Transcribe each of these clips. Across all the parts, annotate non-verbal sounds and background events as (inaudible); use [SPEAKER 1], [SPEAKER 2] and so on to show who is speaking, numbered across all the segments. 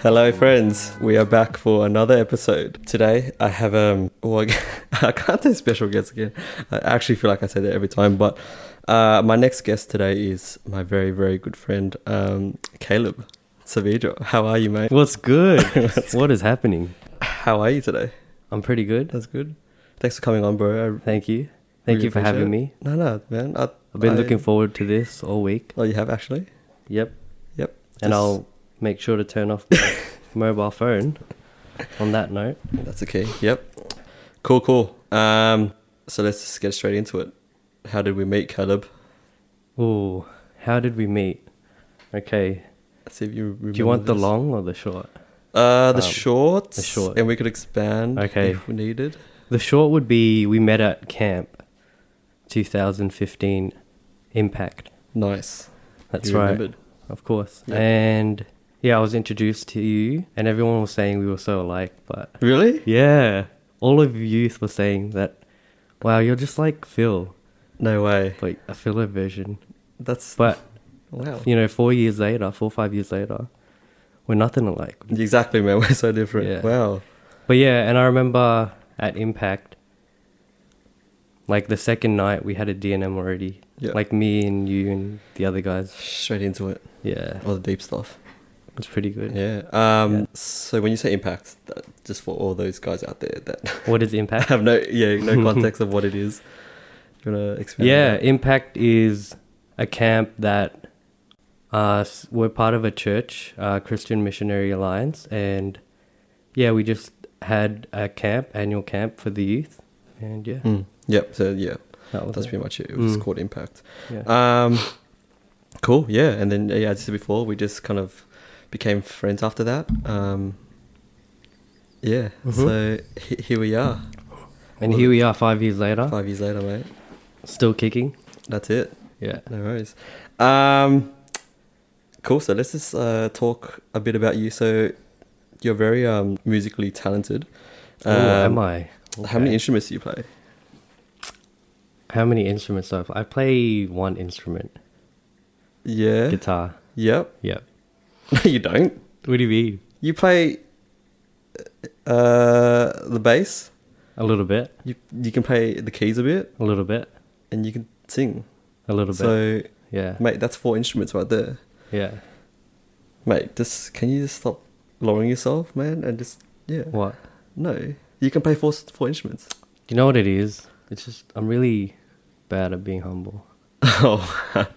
[SPEAKER 1] Hello, friends. We are back for another episode. Today, I have um, well, (laughs) I can't say special guest again. I actually feel like I say that every time, but uh, my next guest today is my very, very good friend, um, Caleb Savijo. How are you, mate? (laughs)
[SPEAKER 2] What's good? what is happening?
[SPEAKER 1] How are you today?
[SPEAKER 2] I'm pretty good.
[SPEAKER 1] That's good. Thanks for coming on, bro. I
[SPEAKER 2] Thank you. Thank
[SPEAKER 1] really
[SPEAKER 2] you for
[SPEAKER 1] appreciate
[SPEAKER 2] having
[SPEAKER 1] it.
[SPEAKER 2] me.
[SPEAKER 1] No, no, man. I,
[SPEAKER 2] I've been
[SPEAKER 1] I-
[SPEAKER 2] looking forward to this all week.
[SPEAKER 1] Oh, you have actually.
[SPEAKER 2] Yep.
[SPEAKER 1] Yep. Just-
[SPEAKER 2] And I'll make sure to turn off
[SPEAKER 1] (laughs)
[SPEAKER 2] my mobile phone on that note.
[SPEAKER 1] That's okay. Yep. Cool, cool. Um, so let's just get straight into it. How did we meet, Caleb?
[SPEAKER 2] Ooh, how did we meet? Okay.
[SPEAKER 1] Let's see if you remember
[SPEAKER 2] Do you want the
[SPEAKER 1] this.
[SPEAKER 2] long or the short?
[SPEAKER 1] Uh, the
[SPEAKER 2] Um,
[SPEAKER 1] shorts.
[SPEAKER 2] the short.
[SPEAKER 1] And we could expand
[SPEAKER 2] Okay.
[SPEAKER 1] if we needed.
[SPEAKER 2] The short would be we met at camp 2015 Impact.
[SPEAKER 1] Nice.
[SPEAKER 2] That's
[SPEAKER 1] You
[SPEAKER 2] right.
[SPEAKER 1] remembered.
[SPEAKER 2] Of course.
[SPEAKER 1] Yeah.
[SPEAKER 2] And yeah, I was introduced to you and everyone was saying we were so alike, but
[SPEAKER 1] Really?
[SPEAKER 2] Yeah. All of youth were saying that, wow, you're just like Phil,
[SPEAKER 1] No way.
[SPEAKER 2] like a filler version.
[SPEAKER 1] That's
[SPEAKER 2] But,
[SPEAKER 1] wow.
[SPEAKER 2] you know, four years later, four or five years later, we're nothing alike.
[SPEAKER 1] (laughs) Exactly, man. (laughs) We're so different.
[SPEAKER 2] Yeah.
[SPEAKER 1] Wow.
[SPEAKER 2] But yeah, and I remember at Impact, like the second night, we had a DNM already.
[SPEAKER 1] Yeah.
[SPEAKER 2] Like me and you and the other guys.
[SPEAKER 1] Straight into it.
[SPEAKER 2] Yeah.
[SPEAKER 1] All the deep stuff.
[SPEAKER 2] It's pretty good.
[SPEAKER 1] Yeah. Um.
[SPEAKER 2] Yeah.
[SPEAKER 1] So when you say impact, that, just for all those guys out there
[SPEAKER 2] (laughs)
[SPEAKER 1] that (laughs)
[SPEAKER 2] What is Impact?
[SPEAKER 1] have no yeah
[SPEAKER 2] (laughs)
[SPEAKER 1] no context of what it is, you wanna expand?
[SPEAKER 2] Yeah,
[SPEAKER 1] that?
[SPEAKER 2] Impact is a camp that uh, s- we're part of a church, uh, Christian Missionary Alliance, and yeah, we just had a camp, annual camp for the youth, and yeah,
[SPEAKER 1] Mm. Yep. So yeah,
[SPEAKER 2] that was
[SPEAKER 1] that's
[SPEAKER 2] it.
[SPEAKER 1] pretty much it. It was
[SPEAKER 2] Mm.
[SPEAKER 1] called impact.
[SPEAKER 2] yeah.
[SPEAKER 1] Um, cool. Yeah, and then yeah, as I said before, we just kind of became friends after that. Um, yeah.
[SPEAKER 2] Mhm.
[SPEAKER 1] So he- here we are,
[SPEAKER 2] and here we are, five years later,
[SPEAKER 1] five years later, mate.
[SPEAKER 2] still kicking.
[SPEAKER 1] That's it.
[SPEAKER 2] Yeah,
[SPEAKER 1] No worries. Um, cool. So let's just uh, talk a bit about you. So you're very um, musically talented.
[SPEAKER 2] Ooh, Oh, am I?
[SPEAKER 1] Um, How many
[SPEAKER 2] Okay.
[SPEAKER 1] instruments do you play?
[SPEAKER 2] How many instruments do I play? I play one instrument,
[SPEAKER 1] Yeah.
[SPEAKER 2] guitar.
[SPEAKER 1] Yep. (laughs)
[SPEAKER 2] Yeah.
[SPEAKER 1] No, you don't.
[SPEAKER 2] What do you mean?
[SPEAKER 1] You play uh, the bass.
[SPEAKER 2] A little bit,
[SPEAKER 1] You you can play the keys a bit,
[SPEAKER 2] a little bit,
[SPEAKER 1] and you can sing.
[SPEAKER 2] a little bit.
[SPEAKER 1] So,
[SPEAKER 2] yeah,
[SPEAKER 1] mate, that's four instruments right there.
[SPEAKER 2] yeah.
[SPEAKER 1] Mate, just can you just stop lowering yourself, man, and just yeah.
[SPEAKER 2] What?
[SPEAKER 1] No, you can play four four instruments.
[SPEAKER 2] You know what it is? It's just I'm really bad at being humble.
[SPEAKER 1] Oh,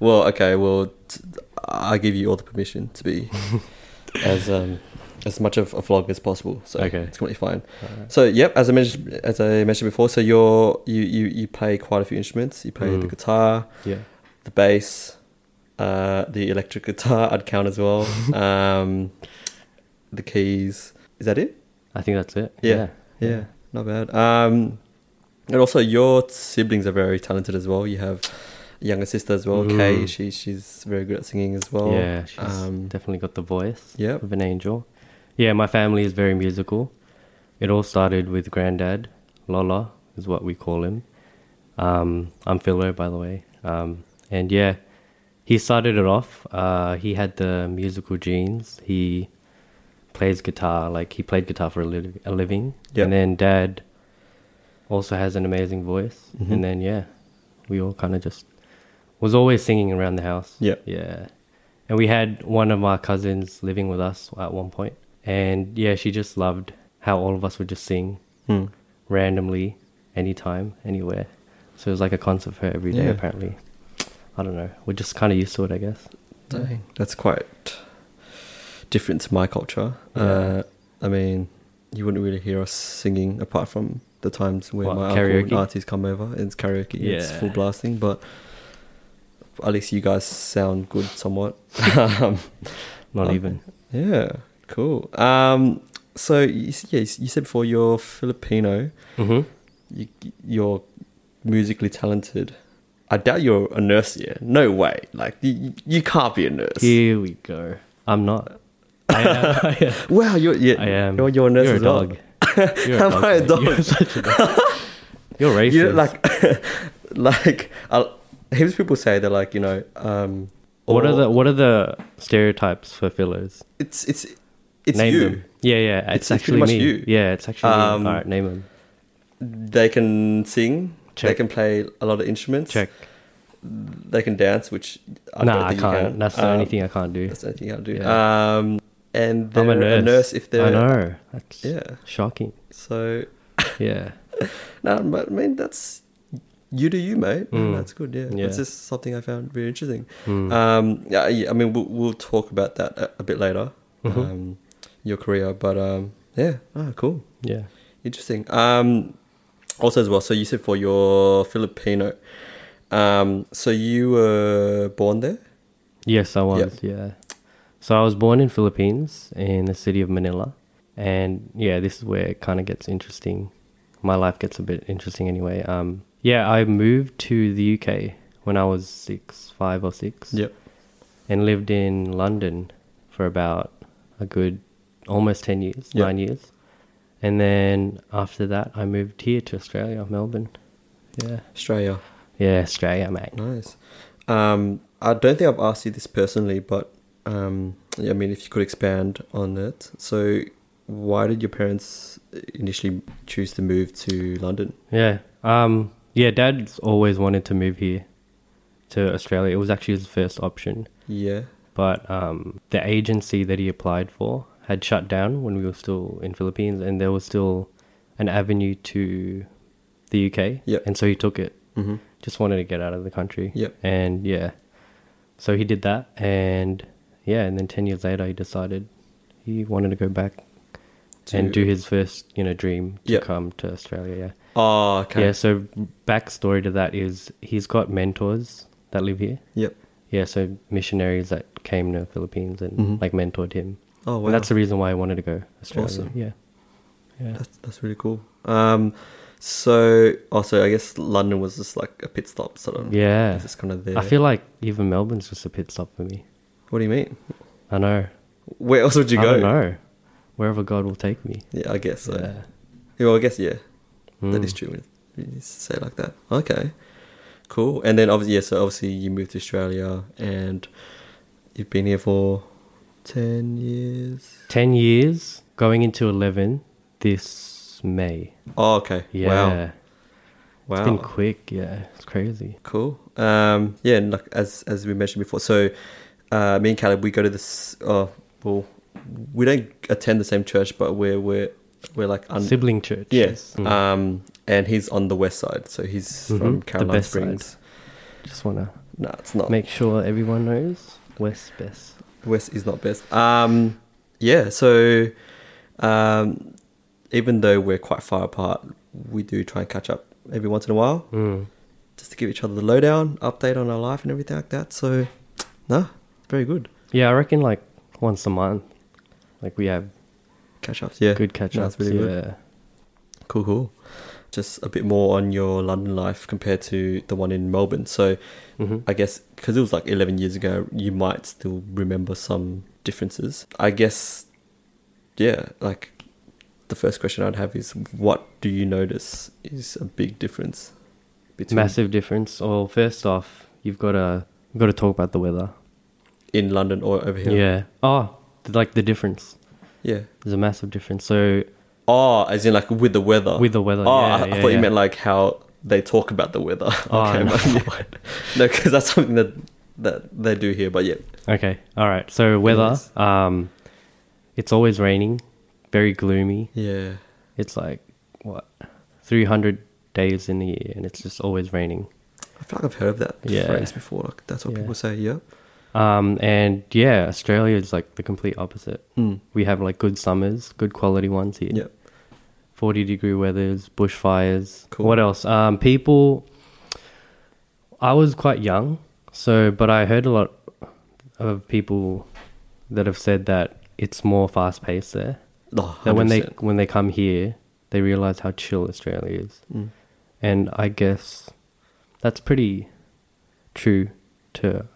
[SPEAKER 1] well, okay. Well, t- I give you all the permission to (laughs) be as um as much of a vlog as possible. So
[SPEAKER 2] Okay.
[SPEAKER 1] it's completely fine.
[SPEAKER 2] Alright.
[SPEAKER 1] So yep, as I mentioned as I mentioned before, so you're you you you play quite a few instruments. You play the
[SPEAKER 2] Mm.
[SPEAKER 1] guitar,
[SPEAKER 2] Yeah.
[SPEAKER 1] the bass, uh, the electric guitar. I'd count as well. um, the keys. Is that it?
[SPEAKER 2] I think that's it.
[SPEAKER 1] Yeah. Yeah, not bad. Um, and also your siblings are very talented as well. You have a younger sister as well, Kay.
[SPEAKER 2] Mm.
[SPEAKER 1] She she's very good at singing as well.
[SPEAKER 2] Yeah, she's
[SPEAKER 1] Oh, Um,
[SPEAKER 2] definitely got the voice
[SPEAKER 1] Yep.
[SPEAKER 2] of an angel. Yeah, my family is very musical. It all started with granddad, Lola is what we call him. Um, I'm Philo, by the way. Um, and yeah, he started it off. Uh, he had the musical genes. He plays guitar, like he played guitar for a, li- a living.
[SPEAKER 1] Yep.
[SPEAKER 2] And then dad also has an amazing voice.
[SPEAKER 1] Mhm.
[SPEAKER 2] And then yeah, we all kind of just was always singing around the house.
[SPEAKER 1] Yep.
[SPEAKER 2] Yeah. And we had one of my cousins living with us at one point, And yeah, she just loved how all of us would just sing
[SPEAKER 1] hmm.
[SPEAKER 2] randomly, anytime, anywhere. So it was like a concert for her every day,
[SPEAKER 1] Yeah.
[SPEAKER 2] apparently. I don't know. We're just kind of used to it, I guess.
[SPEAKER 1] Dang, that's quite different to my culture. Uh, I mean, you wouldn't really hear us singing apart from the times when
[SPEAKER 2] What,
[SPEAKER 1] my uncle and
[SPEAKER 2] karaoke?
[SPEAKER 1] aunties come over. and It's karaoke. It's
[SPEAKER 2] Yeah.
[SPEAKER 1] full blasting, but at least you guys sound good somewhat.
[SPEAKER 2] (laughs)
[SPEAKER 1] (laughs) um,
[SPEAKER 2] Not
[SPEAKER 1] Oh.
[SPEAKER 2] even.
[SPEAKER 1] Yeah, cool. Um, so you, s- yeah, you s- you said before you're Filipino,
[SPEAKER 2] hmm
[SPEAKER 1] Mm-hmm. you, you're musically talented. I doubt you're a nurse here. No way. Like you- you, you can't be a nurse.
[SPEAKER 2] Here we go. I'm
[SPEAKER 1] (laughs)
[SPEAKER 2] not. I am. I am.
[SPEAKER 1] Wow, you're yeah,
[SPEAKER 2] I am.
[SPEAKER 1] You're, you're a nurse
[SPEAKER 2] You're a
[SPEAKER 1] as well. (laughs)
[SPEAKER 2] dog. You're a
[SPEAKER 1] Am
[SPEAKER 2] dog,
[SPEAKER 1] I a
[SPEAKER 2] mate.
[SPEAKER 1] dog?
[SPEAKER 2] You're such
[SPEAKER 1] (laughs)
[SPEAKER 2] a dog. You're racist.
[SPEAKER 1] You know, like, like i heaps of people say they're like you know um,
[SPEAKER 2] What
[SPEAKER 1] Or-
[SPEAKER 2] are the what are the stereotypes for fillers?
[SPEAKER 1] It's it's it's
[SPEAKER 2] name
[SPEAKER 1] you.
[SPEAKER 2] them. Yeah, yeah. It's,
[SPEAKER 1] It's- it's
[SPEAKER 2] actually
[SPEAKER 1] pretty much
[SPEAKER 2] me.
[SPEAKER 1] you.
[SPEAKER 2] Yeah, it's actually
[SPEAKER 1] Um,
[SPEAKER 2] me. All right, name them.
[SPEAKER 1] They can sing. They
[SPEAKER 2] Check.
[SPEAKER 1] can play a lot of instruments.
[SPEAKER 2] Check.
[SPEAKER 1] They can dance, which I
[SPEAKER 2] nah,
[SPEAKER 1] don't
[SPEAKER 2] I
[SPEAKER 1] think
[SPEAKER 2] can't.
[SPEAKER 1] you can.
[SPEAKER 2] That's the
[SPEAKER 1] Um,
[SPEAKER 2] only thing I can't do.
[SPEAKER 1] That's the only thing I do. Um, and they're
[SPEAKER 2] I'm a nurse.
[SPEAKER 1] if
[SPEAKER 2] I
[SPEAKER 1] they're
[SPEAKER 2] know. That's
[SPEAKER 1] yeah.
[SPEAKER 2] shocking.
[SPEAKER 1] So
[SPEAKER 2] Yeah.
[SPEAKER 1] no, but I mean that's you do you, mate. And
[SPEAKER 2] Mm.
[SPEAKER 1] That's good. Yeah.
[SPEAKER 2] Yeah.
[SPEAKER 1] that's just something I found very interesting.
[SPEAKER 2] Mm.
[SPEAKER 1] Um, yeah, yeah, I mean we'll, we'll talk about that a, a bit later.
[SPEAKER 2] Mhm.
[SPEAKER 1] Um, your career, but um, yeah, ah, cool.
[SPEAKER 2] yeah.
[SPEAKER 1] Interesting. Um, also as well, so you said for your Filipino, um, so you were born there.
[SPEAKER 2] Yes, I was. Yeah. So I was born in Philippines in the city of Manila, and yeah, this is where it kind of gets interesting. My life gets a bit interesting anyway. Um, yeah, I moved to the UK when I was six, five or six,
[SPEAKER 1] Yep.
[SPEAKER 2] and lived in London for about a good almost ten years,
[SPEAKER 1] Yeah.
[SPEAKER 2] nine years, and then after that, I moved here to Australia, Melbourne. Yeah,
[SPEAKER 1] Australia.
[SPEAKER 2] yeah, Australia, mate.
[SPEAKER 1] Nice. Um, I don't think I've asked you this personally, but um, yeah, I mean, if you could expand on it. So, why did your parents initially choose to move to London?
[SPEAKER 2] Yeah. Um yeah, dad's always wanted to move here to Australia. It was actually his first option,
[SPEAKER 1] Yeah.
[SPEAKER 2] but um the agency that he applied for had shut down when we were still in Philippines and there was still an avenue to the UK.
[SPEAKER 1] Yep.
[SPEAKER 2] And so he took it.
[SPEAKER 1] Mm-hmm.
[SPEAKER 2] Just wanted to get out of the country.
[SPEAKER 1] Yep.
[SPEAKER 2] And yeah. So he did that and yeah, and then 10 years later he decided he wanted to go back and do his first, you know, dream to
[SPEAKER 1] Yep.
[SPEAKER 2] come to Australia. Yeah.
[SPEAKER 1] Oh, okay.
[SPEAKER 2] Yeah, so backstory to that is he's got mentors that live here.
[SPEAKER 1] Yep.
[SPEAKER 2] Yeah, so missionaries that came to Philippines and
[SPEAKER 1] Mhm.
[SPEAKER 2] like mentored him.
[SPEAKER 1] Oh, wow.
[SPEAKER 2] And that's the reason why I wanted to go Australia.
[SPEAKER 1] Awesome.
[SPEAKER 2] Yeah. Yeah.
[SPEAKER 1] that's, that's really cool. Um, so also, I guess London was just like a pit stop, sort of.
[SPEAKER 2] Yeah.
[SPEAKER 1] It's just kind of there.
[SPEAKER 2] I feel like even Melbourne's just a pit stop for me.
[SPEAKER 1] What do you mean?
[SPEAKER 2] I know.
[SPEAKER 1] Where else would you
[SPEAKER 2] I
[SPEAKER 1] go?
[SPEAKER 2] don't know. Wherever God will take me.
[SPEAKER 1] Yeah, I guess so.
[SPEAKER 2] Yeah.
[SPEAKER 1] Yeah, well, I guess yeah. That
[SPEAKER 2] Mm.
[SPEAKER 1] is true. When you say it like that. Okay, cool. And then obviously, yeah. So obviously, you moved to Australia, and you've been here for ten years.
[SPEAKER 2] 10 years going into 11 this May.
[SPEAKER 1] Oh, okay.
[SPEAKER 2] Yeah.
[SPEAKER 1] Wow. Wow.
[SPEAKER 2] It's been quick. Yeah. It's crazy.
[SPEAKER 1] cool. Um, yeah. And like as as we mentioned before, so uh, me and Caleb, we go to this. Oh, well, we don't attend the same church, but we're we're we're like un-
[SPEAKER 2] Sibling church.
[SPEAKER 1] Yes.
[SPEAKER 2] Mm.
[SPEAKER 1] Um, and he's on the west side, so he's
[SPEAKER 2] Mhm,
[SPEAKER 1] from
[SPEAKER 2] the
[SPEAKER 1] Caroline
[SPEAKER 2] best side.
[SPEAKER 1] Springs.
[SPEAKER 2] Just want to
[SPEAKER 1] No, it's not.
[SPEAKER 2] make sure everyone knows West Best.
[SPEAKER 1] West is not best. Um, yeah, so um, even though we're quite far apart, we do try and catch up every once in a while
[SPEAKER 2] Mm.
[SPEAKER 1] just to give each other the lowdown, update on our life and everything like that. So, no, very good.
[SPEAKER 2] Yeah, I reckon like once a month, like we have
[SPEAKER 1] Catch ups, yeah.
[SPEAKER 2] good catch
[SPEAKER 1] No,
[SPEAKER 2] ups.
[SPEAKER 1] it's really
[SPEAKER 2] yeah.
[SPEAKER 1] good. Cool, cool. Just a bit more on your London life compared to the one in Melbourne. So,
[SPEAKER 2] hmm
[SPEAKER 1] I guess because it was like 11 years ago, you might still remember some differences. I guess, yeah, like the first question I'd have is what do you notice is a big difference between
[SPEAKER 2] Massive difference. Well, first off, you've got to you've got to talk about the weather.
[SPEAKER 1] in London or over
[SPEAKER 2] Yeah.
[SPEAKER 1] here?
[SPEAKER 2] Oh, th- like the difference.
[SPEAKER 1] Yeah.
[SPEAKER 2] There's a massive difference. So
[SPEAKER 1] Oh, as in like with the weather.
[SPEAKER 2] with the weather.
[SPEAKER 1] Oh, I,
[SPEAKER 2] yeah,
[SPEAKER 1] I
[SPEAKER 2] yeah,
[SPEAKER 1] thought
[SPEAKER 2] yeah.
[SPEAKER 1] you meant like how they talk about the weather.
[SPEAKER 2] Oh,
[SPEAKER 1] (laughs)
[SPEAKER 2] no.
[SPEAKER 1] but yeah. No, because that's something that, that they do here, but yeah.
[SPEAKER 2] Okay. All right. So weather.
[SPEAKER 1] Yes.
[SPEAKER 2] Um, it's always raining. Very gloomy.
[SPEAKER 1] Yeah.
[SPEAKER 2] It's like what, 300 days in a year, and it's just always raining.
[SPEAKER 1] I feel like I've heard of that
[SPEAKER 2] Yeah.
[SPEAKER 1] phrase before. Like, that's what
[SPEAKER 2] Yeah.
[SPEAKER 1] people say, yeah.
[SPEAKER 2] Um, and yeah, Australia is like the complete opposite.
[SPEAKER 1] Mm.
[SPEAKER 2] We have like good summers, good quality ones here.
[SPEAKER 1] Yeah.
[SPEAKER 2] 40 degree weathers, bushfires.
[SPEAKER 1] Cool.
[SPEAKER 2] What else? Um, people, I was quite young, so, but I heard a lot of people that have said that it's more fast paced there.
[SPEAKER 1] Oh,
[SPEAKER 2] That when they,
[SPEAKER 1] 100%.
[SPEAKER 2] when they come here, they realize how chill Australia is.
[SPEAKER 1] Mm.
[SPEAKER 2] And I guess that's pretty true to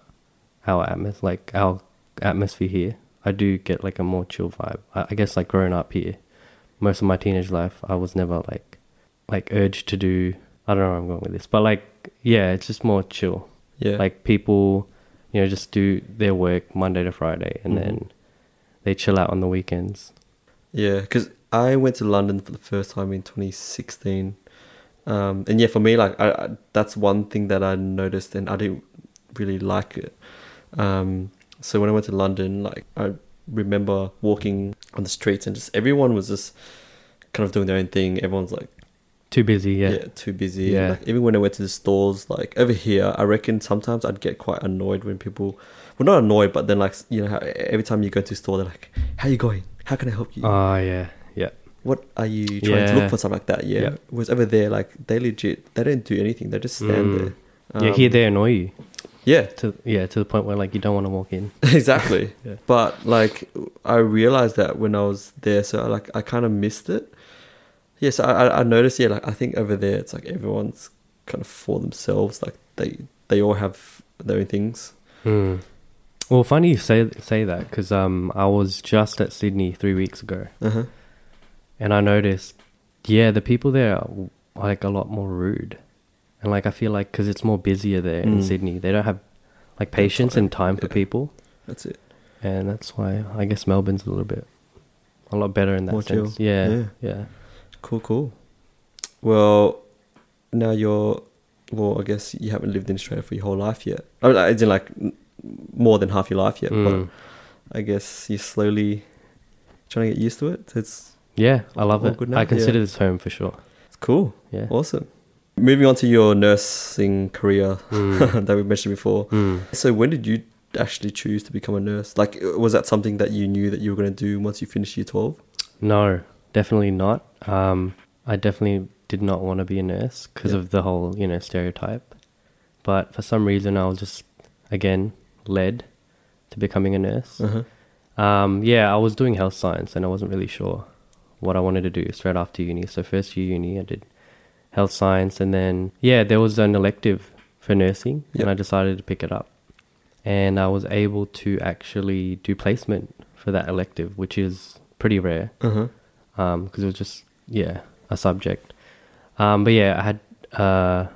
[SPEAKER 2] our atmos like our atmosphere here. I do get like a more chill vibe. I, I guess like growing up here, most of my teenage life, I was never like like urged to do. I don't know where I'm going with this, but like yeah, it's just more chill.
[SPEAKER 1] Yeah.
[SPEAKER 2] Like people you know, just do their work Monday to Friday and
[SPEAKER 1] Mhm.
[SPEAKER 2] then they chill out on the weekends.
[SPEAKER 1] Yeah, because I went to London for the first time in 2016, um, and yeah, for me, like I, I, that's one thing that I noticed, and I didn't really like it. Um, so when I went to London, like I remember walking on the streets, and just everyone was just kind of doing their own thing. Everyone's like
[SPEAKER 2] Too busy,
[SPEAKER 1] yeah,
[SPEAKER 2] yeah.
[SPEAKER 1] too busy.
[SPEAKER 2] Yeah.
[SPEAKER 1] Like even when I went to the stores, like over here, I reckon sometimes I'd get quite annoyed when people, well, not annoyed, but then like you know, how e, every time you go to a store, they're like, "How you going? How can I help you?
[SPEAKER 2] Oh yeah, yeah.
[SPEAKER 1] what are you trying to
[SPEAKER 2] Yeah.
[SPEAKER 1] look for?" Something like that. Yeah.
[SPEAKER 2] Yeah.
[SPEAKER 1] Whereas over there, like they legit, they don't do anything. They just stand
[SPEAKER 2] Mm.
[SPEAKER 1] there.
[SPEAKER 2] yeah,
[SPEAKER 1] Um,
[SPEAKER 2] here they annoy you
[SPEAKER 1] Yeah,
[SPEAKER 2] to yeah to the point where like you don't want to walk in.
[SPEAKER 1] (laughs) exactly.
[SPEAKER 2] (laughs) Yeah.
[SPEAKER 1] But like, I realized that when I was there, so like I kind of missed it. Yes, yeah, so I I- I noticed. Yeah, like I think over there, it's like everyone's kind of for themselves. Like they they all have their own things.
[SPEAKER 2] Hmm. Well, funny you say say that because um I was just at Sydney three weeks ago
[SPEAKER 1] Uh huh.
[SPEAKER 2] and I noticed yeah the people there are like a lot more rude and like I feel like because it's more busier there in
[SPEAKER 1] Mm.
[SPEAKER 2] Sydney they don't have like patience and time for
[SPEAKER 1] yeah.
[SPEAKER 2] people
[SPEAKER 1] That's it.
[SPEAKER 2] and that's why I guess Melbourne's a little bit a lot better in that
[SPEAKER 1] More
[SPEAKER 2] sense.
[SPEAKER 1] chill.
[SPEAKER 2] Yeah,
[SPEAKER 1] Yeah.
[SPEAKER 2] yeah,
[SPEAKER 1] Cool, cool. Well, now you're. Well, I guess you haven't lived in Australia for your whole life yet. I mean, it's in like m- more than half your life yet.
[SPEAKER 2] Mm.
[SPEAKER 1] But I guess you're slowly trying to get used to it. It's
[SPEAKER 2] yeah. I love
[SPEAKER 1] All
[SPEAKER 2] it.
[SPEAKER 1] good now?
[SPEAKER 2] I consider this home for sure.
[SPEAKER 1] it's cool.
[SPEAKER 2] Yeah.
[SPEAKER 1] Awesome. Moving on to your nursing career
[SPEAKER 2] Mm.
[SPEAKER 1] (laughs) that we mentioned before.
[SPEAKER 2] Mm.
[SPEAKER 1] So, when did you actually choose to become a nurse? Like, was that something that you knew that you were going to do once you finished year twelve?
[SPEAKER 2] No, definitely not. Um, I definitely did not want to be a nurse because
[SPEAKER 1] Yeah.
[SPEAKER 2] of the whole, you know, stereotype. But for some reason, I was just, again, led to becoming a nurse.
[SPEAKER 1] Uh-huh.
[SPEAKER 2] Um, yeah, I was doing health science and I wasn't really sure what I wanted to do straight after uni. So, first year uni, I did health science. And then, yeah, there was an elective for nursing
[SPEAKER 1] Yep.
[SPEAKER 2] and I decided to pick it up. And I was able to actually do placement for that elective, which is pretty rare
[SPEAKER 1] Uh huh.
[SPEAKER 2] because Um, it was just yeah a subject. Um, but yeah, I had uh,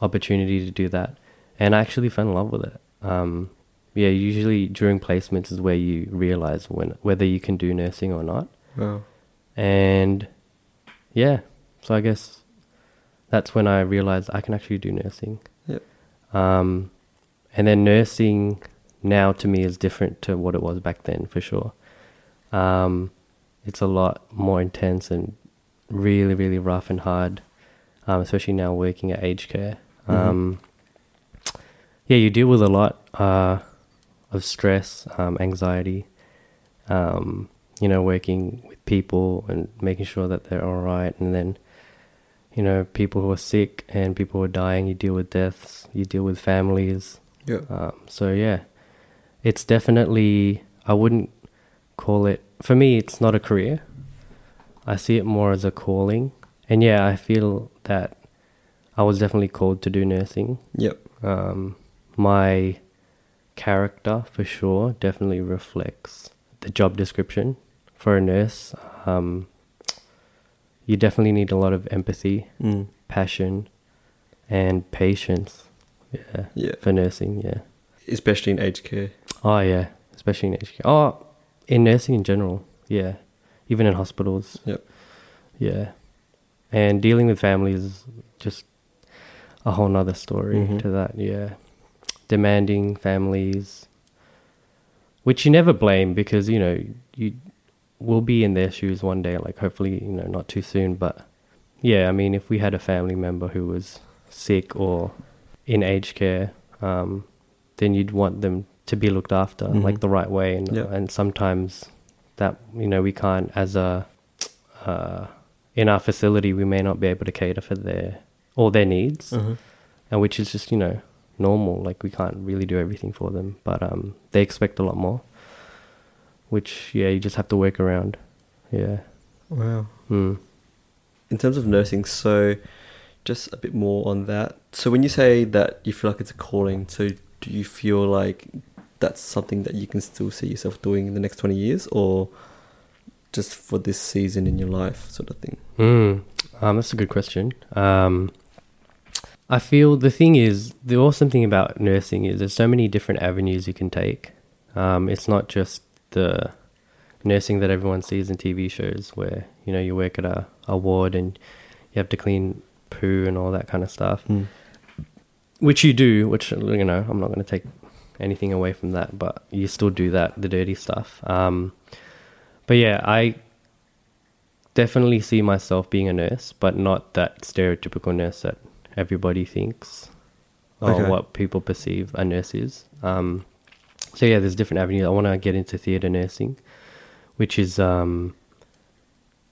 [SPEAKER 2] opportunity to do that, and I actually fell in love with it. Um, yeah, usually during placements is where you realize when whether you can do nursing or not,
[SPEAKER 1] Wow.
[SPEAKER 2] and yeah, so I guess that's when I realized I can actually do nursing.
[SPEAKER 1] Yep.
[SPEAKER 2] Um, and then nursing now to me is different to what it was back then for sure. Um, it's a lot more intense and really, really rough and hard, um, especially now working at aged care. Um, Yeah, you deal with a lot uh, of stress, um, anxiety, um, you know, working with people and making sure that they're all right. And then, you know, people who are sick and people who are dying, you deal with deaths, you deal with families.
[SPEAKER 1] Yeah.
[SPEAKER 2] Um, so yeah, it's definitely I wouldn't call it for me. It's not a career. I see it more as a calling, and yeah, I feel that I was definitely called to do nursing.
[SPEAKER 1] Yep.
[SPEAKER 2] Um, my character, for sure, definitely reflects the job description for a nurse. Um, you definitely need a lot of empathy,
[SPEAKER 1] Mm.
[SPEAKER 2] passion, and patience. Yeah,
[SPEAKER 1] Yeah.
[SPEAKER 2] for nursing. Yeah.
[SPEAKER 1] Especially in aged care.
[SPEAKER 2] Oh yeah, especially in aged care. Oh, in nursing in general. Yeah, even in hospitals.
[SPEAKER 1] Yep.
[SPEAKER 2] Yeah, and dealing with families is just a whole nother story
[SPEAKER 1] Mhm.
[SPEAKER 2] to that. Yeah, demanding families, which you never blame because you know you will be in their shoes one day. Like hopefully, you know, not too soon. But yeah, I mean, if we had a family member who was sick or in aged care, um, then you'd want them to be looked after
[SPEAKER 1] Mhm.
[SPEAKER 2] like the right way and
[SPEAKER 1] Yeah.
[SPEAKER 2] and sometimes that you know we can't as a uh, in our facility we may not be able to cater for their all their needs
[SPEAKER 1] Uh-huh.
[SPEAKER 2] and which is just you know normal like we can't really do everything for them but um they expect a lot more which yeah you just have to work around yeah
[SPEAKER 1] Wow.
[SPEAKER 2] mm.
[SPEAKER 1] In terms of nursing, so just a bit more on that. So when you say that you feel like it's a calling, so do you feel like that's something that you can still see yourself doing in the next 20 years or just for this season in your life sort of thing?
[SPEAKER 2] Mm. Um, that's a good question. Um, I feel the thing is, the awesome thing about nursing is there's so many different avenues you can take. Um, it's not just the nursing that everyone sees in TV shows where, you know, you work at a, a ward and you have to clean poo and all that kind of stuff,
[SPEAKER 1] Mm.
[SPEAKER 2] which you do, which, you know, I'm not going to take anything away from that, but you still do that, the dirty stuff. Um, but yeah, I definitely see myself being a nurse, but not that stereotypical nurse that everybody thinks or
[SPEAKER 1] Okay.
[SPEAKER 2] what people perceive a nurse is. Um, so yeah, there's different avenues. I want to get into theatre nursing, which is um,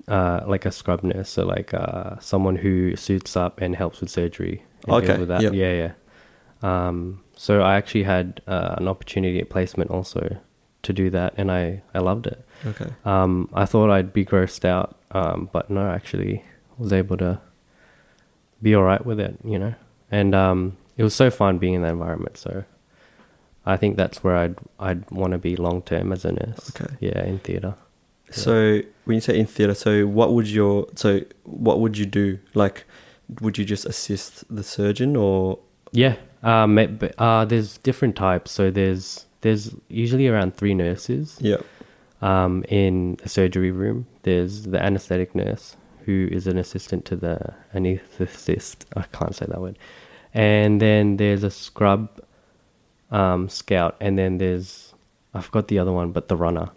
[SPEAKER 2] uh, like a scrub nurse, so like uh, someone who suits up and helps with surgery. And deals
[SPEAKER 1] Okay,
[SPEAKER 2] with that.
[SPEAKER 1] yep.
[SPEAKER 2] Yeah, yeah. Um, so I actually had uh, an opportunity at placement also to do that, and I, I loved it.
[SPEAKER 1] Okay.
[SPEAKER 2] Um, I thought I'd be grossed out, um, but no, I actually was able to be all right with it, you know. And um, it was so fun being in that environment. So I think that's where I'd I'd want to be long term as a nurse.
[SPEAKER 1] Okay.
[SPEAKER 2] Yeah, in theatre.
[SPEAKER 1] So when you say in theater, so what would your so what would you do? Like, would you just assist the surgeon or
[SPEAKER 2] Yeah. Um, it- but, uh, there's different types. So there's there's usually around three nurses.
[SPEAKER 1] yeah?
[SPEAKER 2] um, in a surgery room. There's the anesthetic nurse who is an assistant to the anesthetist. (laughs) I can't say that word. And then there's a scrub um, scout, and then there's I forgot the other one, but the runner.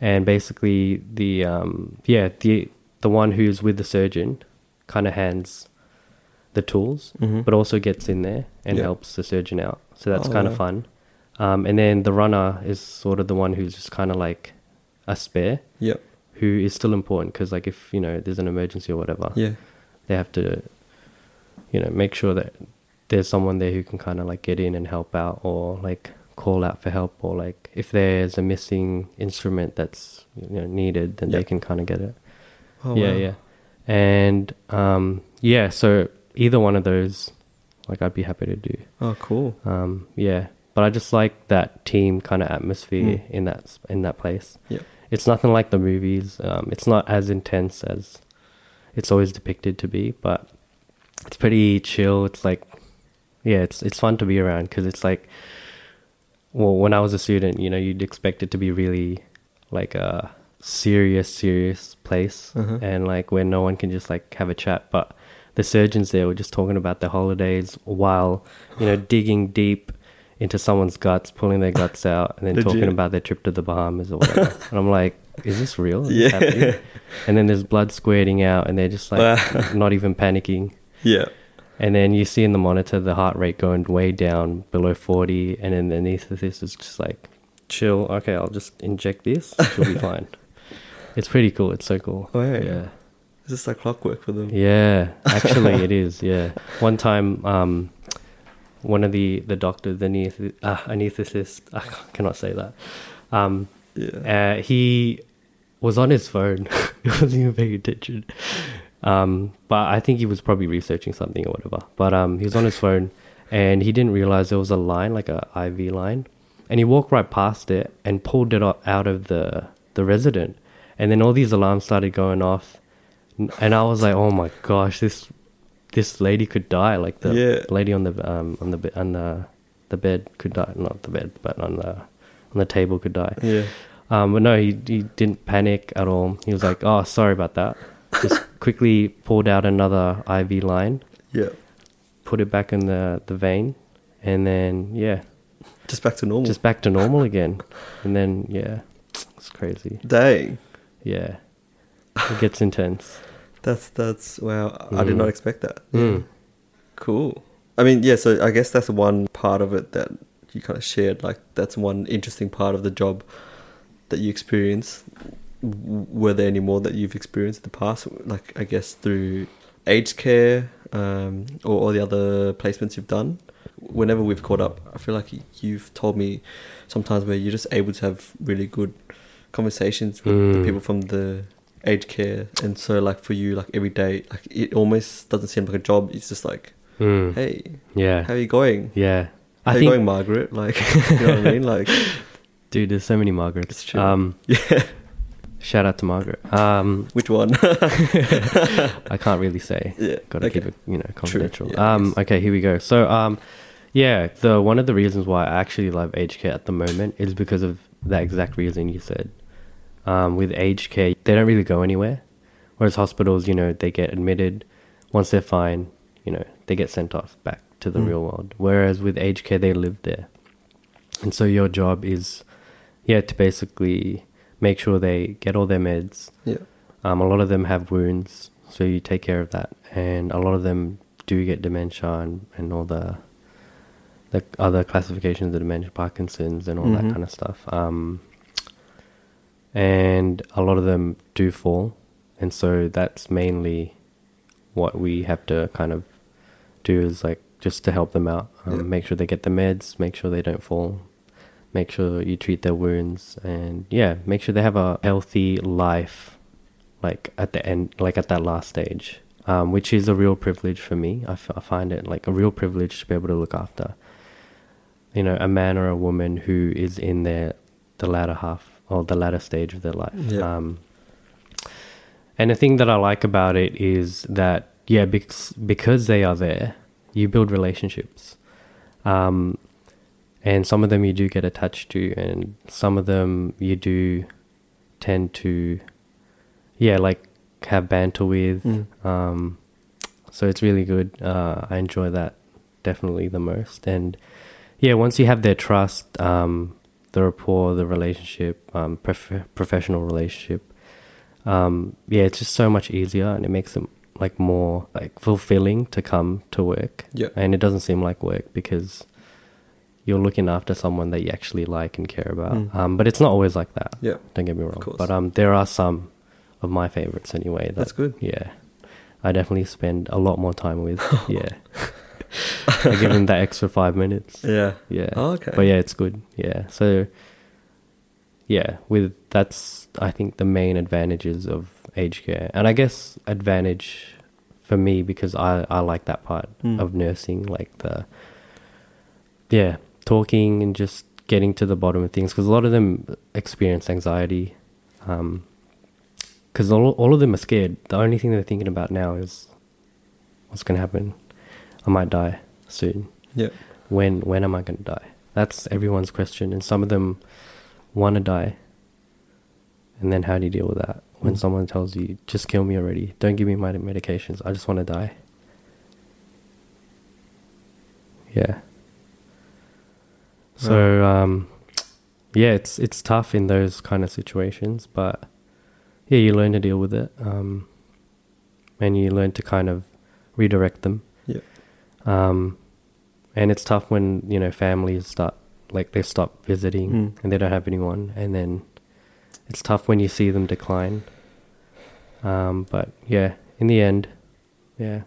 [SPEAKER 2] And basically, the um, yeah the the one who's with the surgeon kind of hands the tools,
[SPEAKER 1] Mhm.
[SPEAKER 2] but also gets in there and
[SPEAKER 1] Yeah.
[SPEAKER 2] helps the surgeon out. So that's
[SPEAKER 1] Oh,
[SPEAKER 2] kind of
[SPEAKER 1] wow.
[SPEAKER 2] fun. Um, and then the runner is sort of the one who's just kind of like a spare,
[SPEAKER 1] Yeah.
[SPEAKER 2] who is still important because like if you know there's an emergency or whatever,
[SPEAKER 1] Yeah.
[SPEAKER 2] they have to, you know, make sure that there's someone there who can kind of like get in and help out or like call out for help or like if there's a missing instrument that's you know needed, then they
[SPEAKER 1] Yeah.
[SPEAKER 2] can kind of get it
[SPEAKER 1] Oh,
[SPEAKER 2] yeah,
[SPEAKER 1] wow.
[SPEAKER 2] yeah. And um, yeah, so either one of those, like, I'd be happy to do.
[SPEAKER 1] Oh, cool.
[SPEAKER 2] Um, yeah, but I just like that team kind of atmosphere
[SPEAKER 1] Mm.
[SPEAKER 2] in that s- in that place.
[SPEAKER 1] Yeah.
[SPEAKER 2] It's nothing like the movies. Um, it's not as intense as it's always depicted to be, but it's pretty chill. It's like, yeah, it's it's fun to be around because it's like, well, when I was a student, you know, you'd expect it to be really like a serious, serious place,
[SPEAKER 1] Uh-huh.
[SPEAKER 2] and like where no one can just like have a chat, but the surgeons there were just talking about their holidays while you know digging deep into someone's guts, pulling their guts out, and then
[SPEAKER 1] Legit.
[SPEAKER 2] talking about their trip to the Bahamas
[SPEAKER 1] (laughs)
[SPEAKER 2] or whatever. and I'm like, is this real? Is this
[SPEAKER 1] Yeah.
[SPEAKER 2] happening? And then there's blood squirting out, and they're just like (laughs) not even panicking.
[SPEAKER 1] Yeah.
[SPEAKER 2] And then you see in the monitor the heart rate going way down below 40, and then the anesthetist is just like, chill. Okay, I'll just inject this. She'll
[SPEAKER 1] (laughs)
[SPEAKER 2] be fine. It's pretty cool. It's so cool.
[SPEAKER 1] Wow.
[SPEAKER 2] Yeah.
[SPEAKER 1] It's just like clockwork for them.
[SPEAKER 2] Yeah, actually, it is. Yeah, one time, um, one of the the doctor, the aneth- uh, anesthetist, I ca- cannot say that. Um,
[SPEAKER 1] Yeah.
[SPEAKER 2] uh, he was on his phone. (laughs) he wasn't even paying attention. Um, but I think he was probably researching something or whatever. But um, he was on his phone, and he didn't realize there was a line, like a IV line, and he walked right past it and pulled it o- out of the the resident, and then all these alarms started going off, N- and I was like, oh my gosh, this this lady could die. Like the
[SPEAKER 1] Yeah.
[SPEAKER 2] lady on the um on the be- on the the bed could die, not the bed, but on the on the table could die.
[SPEAKER 1] Yeah.
[SPEAKER 2] Um, but no, he, he didn't panic at all. He was like, oh, sorry about that. Just quickly pulled out another IV line,
[SPEAKER 1] Yeah.
[SPEAKER 2] put it back in the, the vein, and then, yeah,
[SPEAKER 1] Just back to normal.
[SPEAKER 2] just back to normal again. And then, yeah, it's crazy.
[SPEAKER 1] Dang.
[SPEAKER 2] Yeah. It gets (laughs) intense.
[SPEAKER 1] That's that's wow. I did
[SPEAKER 2] Mm.
[SPEAKER 1] not expect that.
[SPEAKER 2] Mm.
[SPEAKER 1] Cool. I mean, yeah. So I guess that's one part of it that you kind of shared. Like that's one interesting part of the job that you experience. W- Were there any more that you've experienced in the past? Like I guess through aged care um, or all the other placements you've done. Whenever we've caught up, I feel like y- you've told me sometimes where you're just able to have really good conversations with the
[SPEAKER 2] Mm.
[SPEAKER 1] people from the aged care, and so like for you, like every day, like it almost doesn't seem like a job. It's just like
[SPEAKER 2] Mm.
[SPEAKER 1] hey, how
[SPEAKER 2] Yeah.
[SPEAKER 1] are you going?
[SPEAKER 2] Yeah.
[SPEAKER 1] How
[SPEAKER 2] I
[SPEAKER 1] are you going, (laughs)
[SPEAKER 2] think,
[SPEAKER 1] Margaret? Like, (laughs) you know what I mean? Like,
[SPEAKER 2] dude, there's so many Margarets.
[SPEAKER 1] It's true.
[SPEAKER 2] Um,
[SPEAKER 1] yeah,
[SPEAKER 2] Shout out to Margaret. Um,
[SPEAKER 1] Which
[SPEAKER 2] (laughs)
[SPEAKER 1] one? (laughs)
[SPEAKER 2] I can't really say.
[SPEAKER 1] yeah.
[SPEAKER 2] Got to
[SPEAKER 1] okay.
[SPEAKER 2] keep it, you know, confidential.
[SPEAKER 1] Yeah,
[SPEAKER 2] um,
[SPEAKER 1] yes.
[SPEAKER 2] Okay, here we go. So, um, yeah, the one of the reasons why I actually love aged care at the moment is because of that exact reason you said. Um, with aged care, they don't really go anywhere, whereas hospitals, you know, they get admitted. Once they're fine, you know, they get sent off back to the
[SPEAKER 1] Mm.
[SPEAKER 2] real world. Whereas with aged care, they live there, and so your job is, yeah, to basically make sure they get all their meds,
[SPEAKER 1] Yeah.
[SPEAKER 2] um, a lot of them have wounds, so you take care of that, and a lot of them do get dementia and, and all the the other classifications of dementia, Parkinson's, and all
[SPEAKER 1] Mhm.
[SPEAKER 2] that kind of stuff. Um, and a lot of them do fall, and so that's mainly what we have to kind of do is like just to help them out, um,
[SPEAKER 1] Yeah.
[SPEAKER 2] make sure they get the meds, make sure they don't fall, make sure you treat their wounds, and yeah, make sure they have a healthy life, like at the end, like at that last stage, um, which is a real privilege for me. I, f- I find it like a real privilege to be able to look after, you know, a man or a woman who is in their the latter half or the latter stage of their life.
[SPEAKER 1] Yeah.
[SPEAKER 2] Um, and the thing that I like about it is that yeah, because, because they are there, you build relationships. Um, and some of them you do get attached to, and some of them you do tend to, yeah, like have banter with.
[SPEAKER 1] Mm.
[SPEAKER 2] Um, so it's really good. Uh, I enjoy that definitely the most. And yeah, once you have their trust, um, the rapport, the relationship, um, prof- professional relationship, um, yeah, it's just so much easier and it makes it like more like fulfilling to come to work.
[SPEAKER 1] Yeah.
[SPEAKER 2] And it doesn't seem like work because you're looking after someone that you actually like and care about.
[SPEAKER 1] Mm.
[SPEAKER 2] Um, but it's not always like that.
[SPEAKER 1] Yeah.
[SPEAKER 2] Don't get me wrong.
[SPEAKER 1] course.
[SPEAKER 2] But um, there are some of my favorites anyway. That,
[SPEAKER 1] That's good.
[SPEAKER 2] Yeah. I definitely spend a lot more
[SPEAKER 1] (laughs)
[SPEAKER 2] time with. yeah. (laughs) I give them that extra five minutes.
[SPEAKER 1] Yeah.
[SPEAKER 2] Yeah.
[SPEAKER 1] Oh, okay.
[SPEAKER 2] But yeah, it's good. Yeah. So yeah, with that's I think the main advantages of aged care. And I guess advantage for me because I I like that part
[SPEAKER 1] Mm.
[SPEAKER 2] of nursing like the yeah, talking and just getting to the bottom of things because a lot of them experience anxiety um because all, all of them are scared. The only thing they're thinking about now is what's going to happen. I might die soon
[SPEAKER 1] Yeah.
[SPEAKER 2] when when am I going to die? That's everyone's question, and some of them want to die. And then how do you deal with that when
[SPEAKER 1] Mm.
[SPEAKER 2] someone tells you, "Just kill me already. Don't give me my medications. I just want to die." Yeah. So um, yeah, it's it's tough in those kind of situations, but yeah, you learn to deal with it, um, and you learn to kind of redirect them.
[SPEAKER 1] Yeah.
[SPEAKER 2] Um, and it's tough when you know families start like they stop visiting
[SPEAKER 1] Mm.
[SPEAKER 2] and they don't have anyone, and then it's tough when you see them decline. Um, but yeah, in the end, yeah,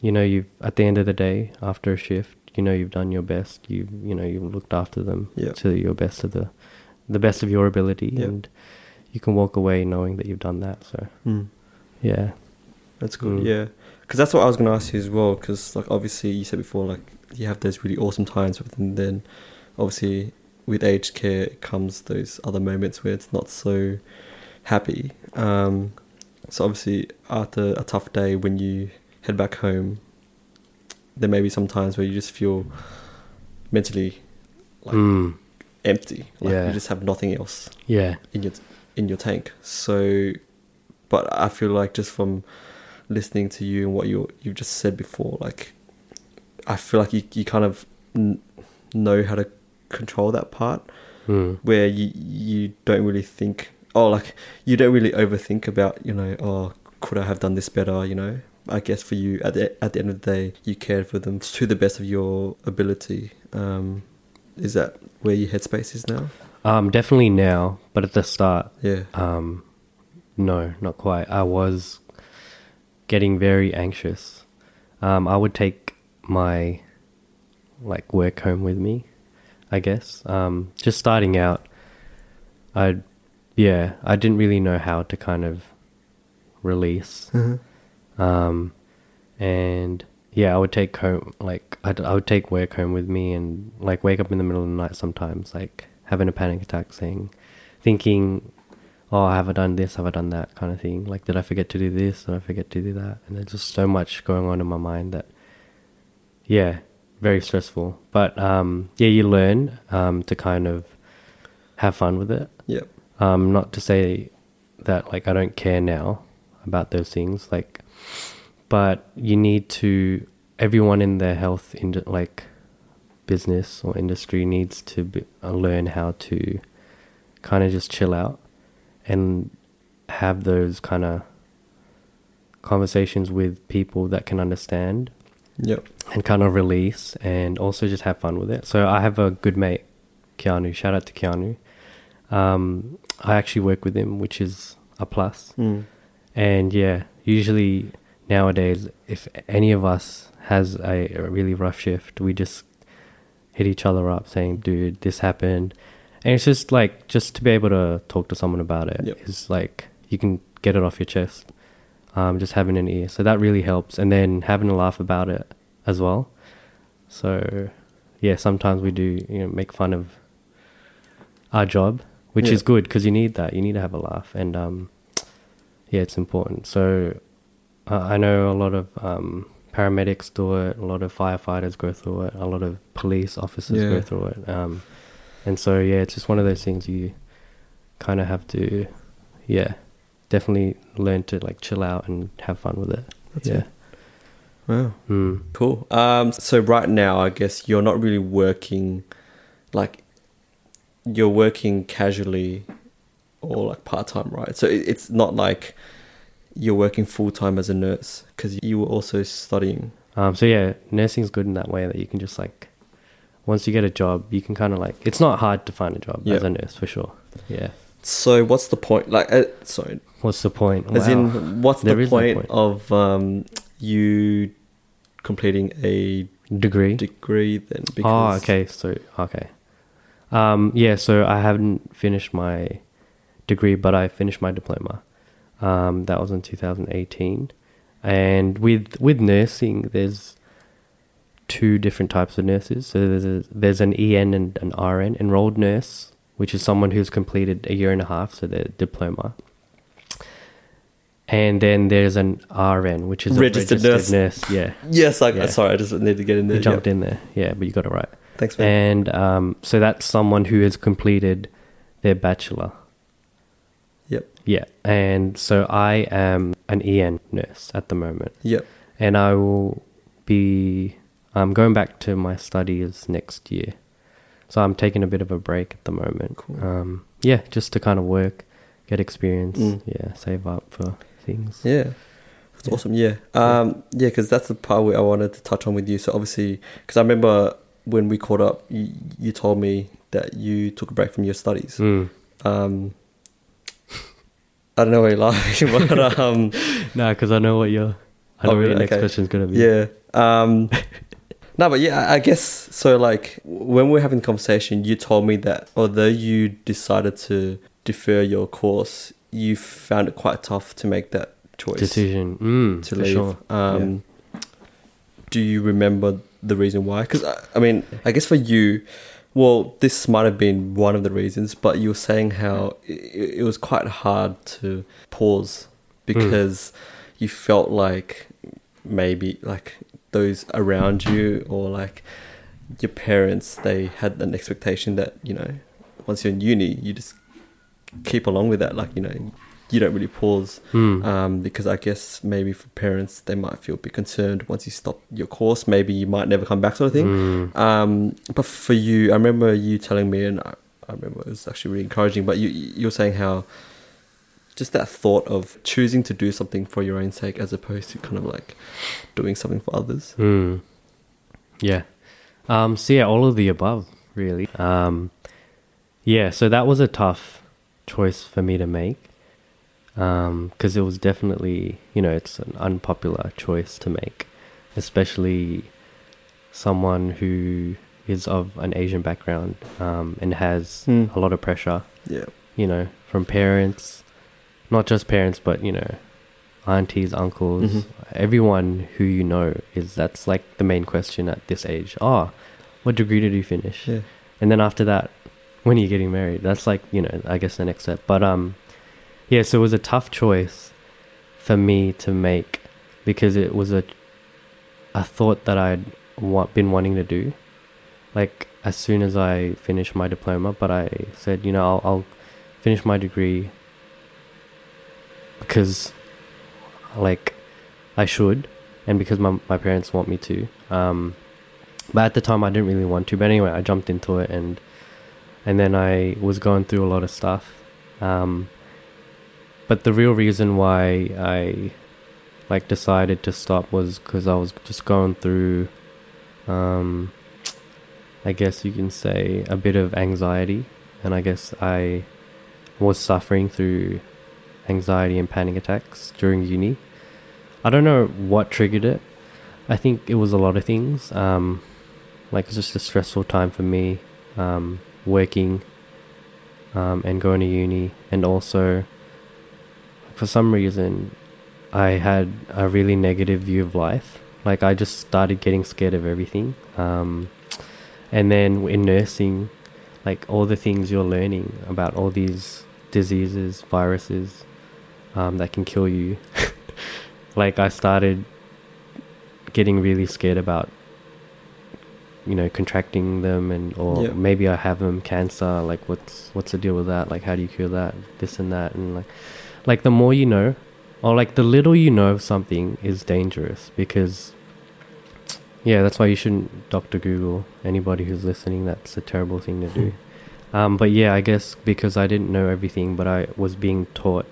[SPEAKER 2] you know you've at the end of the day after a shift, you know you've done your best. You have you know you've looked after them
[SPEAKER 1] Yeah.
[SPEAKER 2] to your best of the the best of your ability,
[SPEAKER 1] Yeah.
[SPEAKER 2] and you can walk away knowing that you've done that. So
[SPEAKER 1] Mm.
[SPEAKER 2] yeah,
[SPEAKER 1] That's good.
[SPEAKER 2] Mm.
[SPEAKER 1] Yeah. Because that's what I was going to ask you as well. Because like obviously you said before, like you have those really awesome times, but then- then obviously with aged care comes those other moments where it's not so happy. Um, so obviously after a tough day when you head back home, there may be some times where you just feel mentally like
[SPEAKER 2] Mm.
[SPEAKER 1] empty. Like
[SPEAKER 2] Yeah.
[SPEAKER 1] you just have nothing else
[SPEAKER 2] yeah,
[SPEAKER 1] in your in your tank. So, but I feel like just from listening to you and what you you've just said before, like I feel like you you kind of n- know how to control that part
[SPEAKER 2] mm.
[SPEAKER 1] where you you don't really think oh like you don't really overthink about you know oh could I have done this better you know I guess for you at the at the end of the day you cared for them to the best of your ability. Um, is that where your headspace is now?
[SPEAKER 2] um, definitely now, but at the start,
[SPEAKER 1] Yeah.
[SPEAKER 2] Um, no, not quite. I was getting very anxious. Um, I would take my like work home with me, I guess. Um, just starting out, I yeah, I didn't really know how to kind of release. Um, and yeah, I would take home like I'd, I would take work home with me and like wake up in the middle of the night sometimes, like having a panic attack, saying, thinking, oh, have I done this? Have I done that? Kind of thing. Like, did I forget to do this? Did I forget to do that? And there's just so much going on in my mind that, yeah, very stressful. But um, yeah, you learn um, to kind of have fun with it.
[SPEAKER 1] Yep.
[SPEAKER 2] Um, not to say that like I don't care now about those things, like, but you need to. Everyone in the health in like business or industry needs to be, uh, learn how to kind of just chill out and have those kind of conversations with people that can understand
[SPEAKER 1] Yep.
[SPEAKER 2] and kind of release and also just have fun with it. So I have a good mate, Keanu. Shout out to Keanu. Um, I actually work with him, which is a plus.
[SPEAKER 1] Mm.
[SPEAKER 2] And yeah, usually nowadays, if any of us has a, a really rough shift, we just hit each other up saying, dude, this happened. And it's just like, just to be able to talk to someone about it is
[SPEAKER 1] Yep.
[SPEAKER 2] like, you can get it off your chest. Um, just having an ear. So that really helps. And then having a laugh about it as well. So yeah, sometimes we do, you know, make fun of our job, which
[SPEAKER 1] Yeah.
[SPEAKER 2] is good because you need that. You need to have a laugh. And, um, yeah, it's important. So uh, I know a lot of um, paramedics do it, a lot of firefighters go through it, a lot of police officers
[SPEAKER 1] Yeah.
[SPEAKER 2] go through it. Um, and so, yeah, it's just one of those things you kind of have to, yeah, definitely learn to like chill out and have fun with it.
[SPEAKER 1] That's
[SPEAKER 2] yeah.
[SPEAKER 1] it. Wow.
[SPEAKER 2] Mm.
[SPEAKER 1] Cool. Um, so right now, I guess you're not really working, like, you're working casually, or like part time, right? So it, it's not like you're working full time as a nurse because you were also studying.
[SPEAKER 2] Um, so, yeah, nursing's good in that way that you can just like, once you get a job, you can kind of like, it's not hard to find a job
[SPEAKER 1] Yeah.
[SPEAKER 2] as a nurse for sure. Yeah.
[SPEAKER 1] So what's the point? Like, uh, sorry,
[SPEAKER 2] What's the point?
[SPEAKER 1] as
[SPEAKER 2] Wow.
[SPEAKER 1] in, what's
[SPEAKER 2] There
[SPEAKER 1] the
[SPEAKER 2] is no
[SPEAKER 1] point,
[SPEAKER 2] point.
[SPEAKER 1] of um, you completing a
[SPEAKER 2] degree.
[SPEAKER 1] degree then?
[SPEAKER 2] oh, okay. So, okay. Um, yeah, so I haven't finished my degree, but I finished my diploma. Um, that was in 2018. And with with nursing, there's two different types of nurses. So there's a, there's an EN and an RN, enrolled nurse, which is someone who's completed a year and a half, so their diploma. And then there's an RN, which is
[SPEAKER 1] Registered
[SPEAKER 2] a
[SPEAKER 1] nurse.
[SPEAKER 2] registered nurse. Yeah,
[SPEAKER 1] Yes, like
[SPEAKER 2] Yeah.
[SPEAKER 1] sorry, I just need to get in there.
[SPEAKER 2] you jumped
[SPEAKER 1] Yep.
[SPEAKER 2] in there. Yeah, but you got it right.
[SPEAKER 1] Thanks, man.
[SPEAKER 2] And um, so that's someone who has completed their bachelor.
[SPEAKER 1] Yep.
[SPEAKER 2] Yeah. And so I am an EN nurse at the moment.
[SPEAKER 1] Yep.
[SPEAKER 2] And I will be um, going back to my studies next year. So I'm taking a bit of a break at the moment.
[SPEAKER 1] Cool.
[SPEAKER 2] Um, yeah, just to kind of work, get experience,
[SPEAKER 1] Mm.
[SPEAKER 2] yeah, save up for things.
[SPEAKER 1] Yeah. That's
[SPEAKER 2] Yeah.
[SPEAKER 1] awesome. Yeah. Um, yeah, because that's the part where I wanted to touch on with you. So obviously, because I remember when we caught up, you, you told me that you took a break from your studies.
[SPEAKER 2] Mm.
[SPEAKER 1] Um, I don't know why you're laughing, (laughs) but um,
[SPEAKER 2] No, because I know what your I
[SPEAKER 1] Oh,
[SPEAKER 2] know what your
[SPEAKER 1] really?
[SPEAKER 2] next
[SPEAKER 1] Okay.
[SPEAKER 2] question's gonna be.
[SPEAKER 1] yeah. Um, no, but yeah, I I guess so. Like when we were having the conversation, you told me that although you decided to defer your course, you found it quite tough to make that choice.
[SPEAKER 2] Decision. Mm,
[SPEAKER 1] to
[SPEAKER 2] for
[SPEAKER 1] leave.
[SPEAKER 2] sure.
[SPEAKER 1] Um, Do you remember the reason why? Because I, I mean, I guess for you, well, this might have been one of the reasons, but you were saying how it, it was quite hard to pause
[SPEAKER 2] Mm.
[SPEAKER 1] because you felt like maybe like those around you or like your parents they had an expectation that you know once you're in uni you just keep along with that like you know you don't really pause
[SPEAKER 2] Mm.
[SPEAKER 1] um, because I guess maybe for parents they might feel a bit concerned once you stop your course, maybe you might never come back, sort of thing.
[SPEAKER 2] Mm.
[SPEAKER 1] Um, but for you, I remember you telling me, and I, I remember it was actually really encouraging. But you you were saying how just that thought of choosing to do something for your own sake as opposed to kind of like doing something for others.
[SPEAKER 2] Mm. Yeah. Um, so yeah, all of the above, really. Um, yeah, so that was a tough choice for me to make because it was definitely, you know, it's an unpopular choice to make, especially someone who is of an Asian background um, and has
[SPEAKER 1] Hmm.
[SPEAKER 2] a lot of pressure
[SPEAKER 1] Yeah,
[SPEAKER 2] you know, from parents, not just parents, but you know, aunties, uncles,
[SPEAKER 1] Mhm.
[SPEAKER 2] everyone who you know is that's like the main question at this age. Oh, what degree did you finish?
[SPEAKER 1] yeah,
[SPEAKER 2] And then after that, when are you getting married? That's like you know, I guess the next step. But um, Yeah, so it was a tough choice for me to make because it was a a thought that I'd wa- been wanting to do, like as soon as I finished my diploma. But I said, you know, I'll, I'll finish my degree because, like, I should, and because my my parents want me to. Um, but at the time, I didn't really want to. But anyway, I jumped into it, and and then I was going through a lot of stuff. Um, but the real reason why I like decided to stop was because I was just going through, um, I guess you can say a bit of anxiety, and I guess I was suffering through anxiety and panic attacks during uni. I don't know what triggered it. I think it was a lot of things. Um, like it's just a stressful time for me, um, working, um, and going to uni, and also for some reason I had a really negative view of life. Like I just started getting scared of everything. Um, and then in nursing, like all the things you're learning about all these diseases, viruses um, that can kill you, (laughs) like I started getting really scared about you know contracting them and or
[SPEAKER 1] Yeah.
[SPEAKER 2] maybe I have them cancer like what's what's the deal with that like how do you cure that this and that and like like the more you know or like the little you know of something is dangerous because yeah that's why you shouldn't doctor google anybody who's listening that's a terrible thing to do um, but yeah i guess because i didn't know everything but i was being taught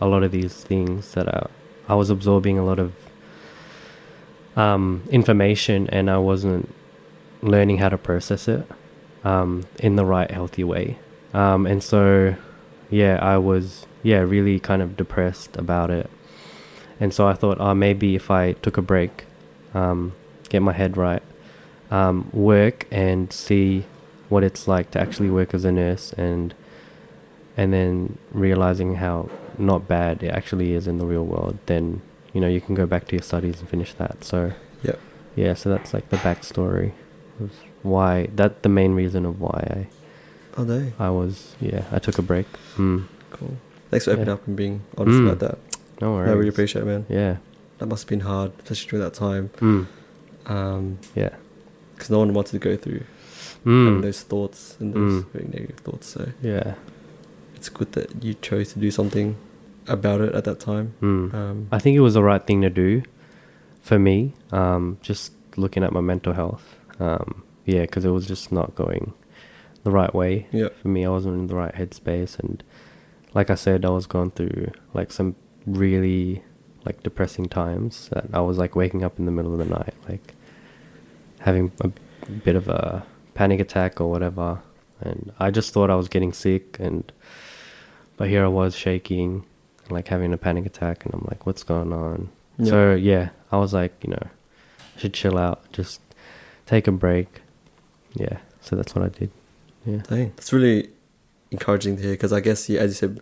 [SPEAKER 2] a lot of these things that i, I was absorbing a lot of um, information and i wasn't learning how to process it um, in the right healthy way um, and so yeah, I was yeah really kind of depressed about it, and so I thought, oh, maybe if I took a break, um, get my head right, um, work and see what it's like to actually work as a nurse, and and then realizing how not bad it actually is in the real world, then you know you can go back to your studies and finish that. So
[SPEAKER 1] Yep.
[SPEAKER 2] yeah, so that's like the backstory of why that the main reason of why
[SPEAKER 1] Oh, no.
[SPEAKER 2] I I was yeah I took a break. Mm,
[SPEAKER 1] Cool. Thanks for opening
[SPEAKER 2] Yeah.
[SPEAKER 1] up and being honest
[SPEAKER 2] Mm.
[SPEAKER 1] about that.
[SPEAKER 2] no worries.
[SPEAKER 1] I really appreciate it, man.
[SPEAKER 2] Yeah.
[SPEAKER 1] That must have been hard, especially during that time.
[SPEAKER 2] Mm.
[SPEAKER 1] Because
[SPEAKER 2] Yeah.
[SPEAKER 1] no one wanted to go through having
[SPEAKER 2] Mm.
[SPEAKER 1] those thoughts and those
[SPEAKER 2] Mm.
[SPEAKER 1] very negative thoughts. So
[SPEAKER 2] Yeah.
[SPEAKER 1] it's good that you chose to do something about it at that time.
[SPEAKER 2] Mm.
[SPEAKER 1] Um,
[SPEAKER 2] I think it was the right thing to do for me. Um, just looking at my mental health. Um, yeah, because it was just not going the right way
[SPEAKER 1] yeah.
[SPEAKER 2] for me. I wasn't in the right headspace, and like I said, I was going through like some really like depressing times. That I was like waking up in the middle of the night, like having a bit of a panic attack or whatever. And I just thought I was getting sick, and but here I was shaking, like having a panic attack, and I'm like, what's going on?
[SPEAKER 1] Yeah.
[SPEAKER 2] So yeah, I was like, you know, I should chill out, just take a break. Yeah, so that's what I did. Yeah.
[SPEAKER 1] Dang. It's really encouraging to hear because I guess, yeah, as you said,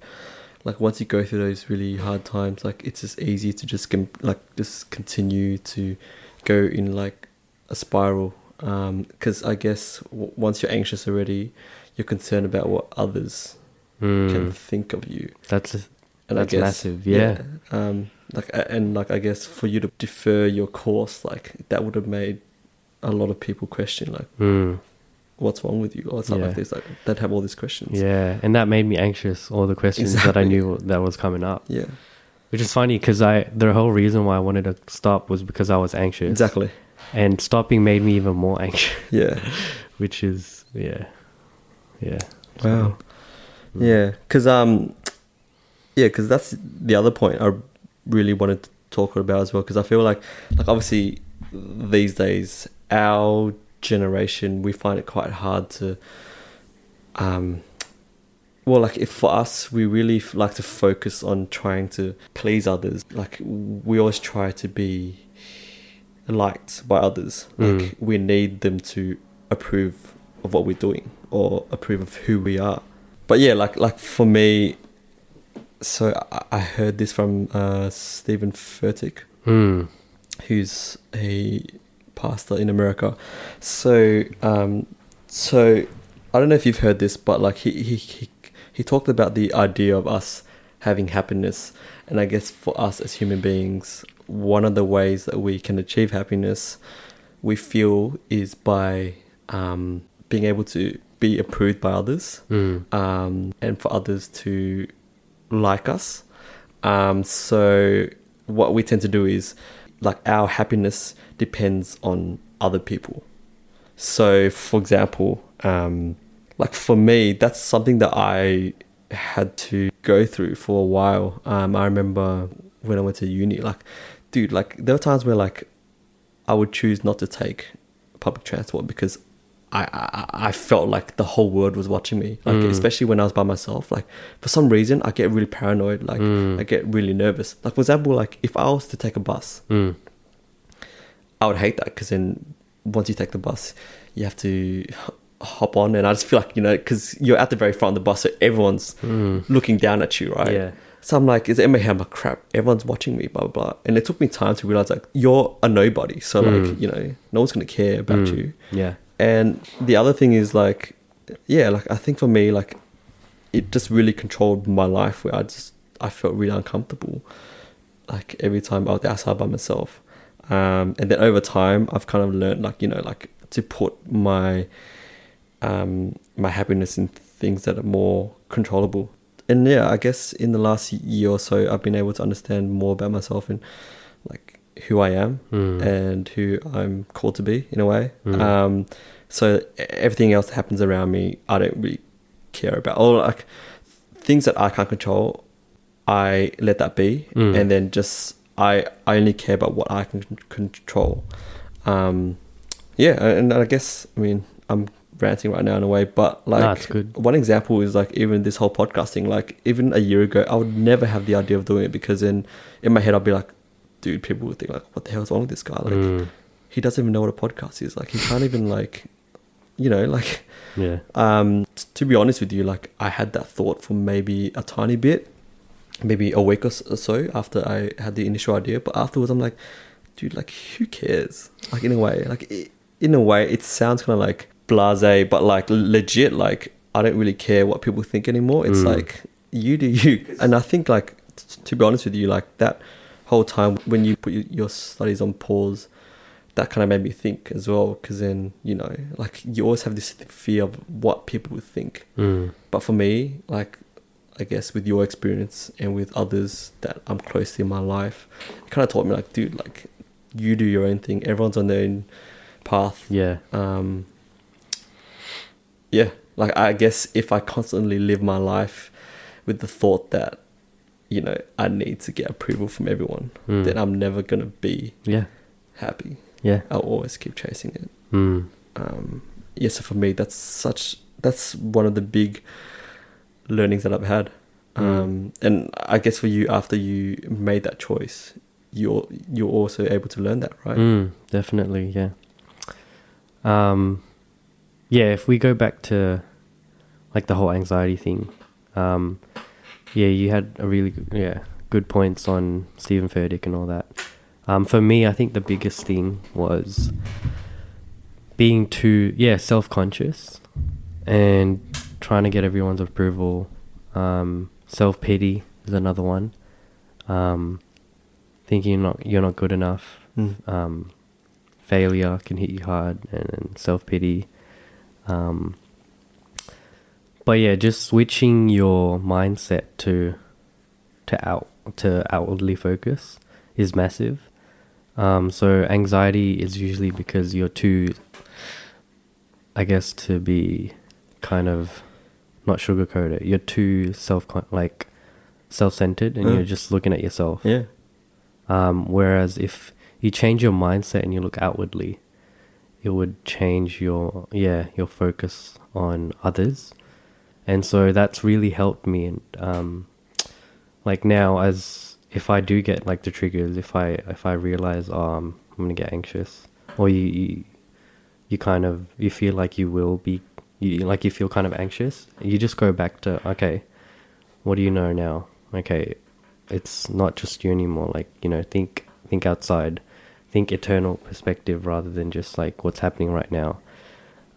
[SPEAKER 1] like once you go through those really hard times, like it's just easy to just com- like just continue to go in like a spiral. Because I guess w- once you're anxious already, you're concerned about what others can
[SPEAKER 2] Mm,
[SPEAKER 1] think of you.
[SPEAKER 2] that's
[SPEAKER 1] And
[SPEAKER 2] That's
[SPEAKER 1] I guess,
[SPEAKER 2] massive, yeah.
[SPEAKER 1] Um, like a- and like I guess for you to defer your course, like that would have made a lot of people question like
[SPEAKER 2] mm,
[SPEAKER 1] what's wrong with you or something
[SPEAKER 2] Yeah.
[SPEAKER 1] like this. Like they'd have all these questions.
[SPEAKER 2] yeah, and that made me anxious. All the questions that I
[SPEAKER 1] Exactly.
[SPEAKER 2] knew (laughs) that was coming up,
[SPEAKER 1] Yeah.
[SPEAKER 2] which is funny because I the whole reason why I wanted to stop was because I was anxious.
[SPEAKER 1] Exactly.
[SPEAKER 2] and stopping made me even more (laughs) anxious
[SPEAKER 1] Yeah.
[SPEAKER 2] which is yeah yeah
[SPEAKER 1] Wow.
[SPEAKER 2] Mm.
[SPEAKER 1] Yeah, because um, yeah, because that's the other point I really wanted to talk about as well. Because I feel like, like obviously these days our generation we find it quite hard to, um, well, like if for us we really f- like to focus on trying to please others. Like we always try to be liked by others. Like
[SPEAKER 2] Mm.
[SPEAKER 1] we need them to approve of what we're doing or approve of who we are but yeah, like like for me, so I, I heard this from uh, Stephen Furtick,
[SPEAKER 2] mm.
[SPEAKER 1] who's a pastor in America. So um, so I don't know if you've heard this, but like he he he, he talked about the idea of us having happiness. And I guess for us as human beings, one of the ways that we can achieve happiness, we feel, is by um, being able to be approved by others
[SPEAKER 2] Mm.
[SPEAKER 1] um, and for others to like us. Um, so, what we tend to do is like our happiness depends on other people. So, for example, um, like for me, that's something that I had to go through for a while. Um, I remember when I went to uni, like, dude, like there were times where like I would choose not to take public transport because I I, I felt like the whole world was watching me. Like
[SPEAKER 2] Mm.
[SPEAKER 1] especially when I was by myself. Like for some reason, I get really paranoid. Like
[SPEAKER 2] Mm.
[SPEAKER 1] I get really nervous. Like for example, like if I was to take a bus,
[SPEAKER 2] Mm.
[SPEAKER 1] I would hate that because then once you take the bus, you have to h- hop on, and I just feel like you know because you're at the very front of the bus, so everyone's
[SPEAKER 2] Mm.
[SPEAKER 1] looking down at you, right?
[SPEAKER 2] Yeah.
[SPEAKER 1] So I'm like, is it in my head? I'm like, crap, everyone's watching me, blah, blah, blah. And it took me time to realize, like, you're a nobody. So, like,
[SPEAKER 2] Mm.
[SPEAKER 1] you know, no one's going to care about
[SPEAKER 2] Mm.
[SPEAKER 1] you.
[SPEAKER 2] Yeah.
[SPEAKER 1] And the other thing is, like, yeah, like, I think for me, like, it just really controlled my life where I just, I felt really uncomfortable. Like, every time I was outside by myself. Um, and then over time, I've kind of learned, like, you know, like, to put my, um, my happiness in things that are more controllable. And yeah, I guess in the last year or so, I've been able to understand more about myself and like who I am
[SPEAKER 2] Mm.
[SPEAKER 1] and who I'm called to be in a way.
[SPEAKER 2] Mm.
[SPEAKER 1] Um, so e- everything else that happens around me, I don't really care about. Or like things that I can't control, I let that be,
[SPEAKER 2] Mm.
[SPEAKER 1] and then just I I only care about what I can con- control. Um, yeah, and I guess I mean I'm ranting right now in a way, but like
[SPEAKER 2] it's good.
[SPEAKER 1] one example is like even this whole podcasting. Like even a year ago, I would never have the idea of doing it because in in my head I'd be like, dude, people would think like, what the hell's wrong with this guy? Like
[SPEAKER 2] Mm.
[SPEAKER 1] he doesn't even know what a podcast is. Like he can't even like, you know, like (laughs)
[SPEAKER 2] Yeah.
[SPEAKER 1] um, t- to be honest with you, like I had that thought for maybe a tiny bit, maybe a week or s- or so after I had the initial idea. But afterwards, I'm like, dude, like who cares? Like in a way, like i in a way, it sounds kind of like blase, but like legit, like I don't really care what people think anymore. It's
[SPEAKER 2] Mm.
[SPEAKER 1] like you do you, and I think like t- to be honest with you, like that whole time when you put your, your studies on pause that kind of made me think as well because then you know like you always have this fear of what people would think
[SPEAKER 2] Mm.
[SPEAKER 1] but for me like i guess with your experience and with others that i'm close to in my life it kind of taught me like dude like you do your own thing everyone's on their own path
[SPEAKER 2] Yeah.
[SPEAKER 1] um yeah like i guess if i constantly live my life with the thought that you know i need to get approval from everyone
[SPEAKER 2] Mm.
[SPEAKER 1] then i'm never gonna be
[SPEAKER 2] Yeah.
[SPEAKER 1] happy
[SPEAKER 2] Yeah.
[SPEAKER 1] I'll always keep chasing it.
[SPEAKER 2] Mm.
[SPEAKER 1] Um, yeah, so for me, that's such that's one of the big learnings that I've had.
[SPEAKER 2] Mm.
[SPEAKER 1] Um, And I guess for you, after you made that choice, you're you're also able to learn that, right?
[SPEAKER 2] Mm, definitely, yeah. Um, yeah, if we go back to like the whole anxiety thing, um, yeah, you had a really good, yeah good points on Stephen Furtick and all that. Um, for me, I think the biggest thing was being too yeah self conscious and trying to get everyone's approval. Um, self pity is another one. Um, thinking you're not you're not good enough
[SPEAKER 1] Mm.
[SPEAKER 2] um, failure can hit you hard and, and self pity. Um, but yeah, just switching your mindset to to out to outwardly focus is massive. Um, so anxiety is usually because you're too, I guess, to be kind of not sugarcoat it. You're too self like self centered, and
[SPEAKER 1] Mm.
[SPEAKER 2] you're just looking at yourself.
[SPEAKER 1] Yeah.
[SPEAKER 2] Um, whereas if you change your mindset and you look outwardly, it would change your yeah your focus on others, and so that's really helped me. And um, like now, as if I do get like the triggers, if I if I realize oh, I'm I'm gonna get anxious, or you, you you kind of you feel like you will be you like you feel kind of anxious, you just go back to okay, what do you know now? Okay, it's not just you anymore. Like you know, think think outside, think eternal perspective rather than just like what's happening right now.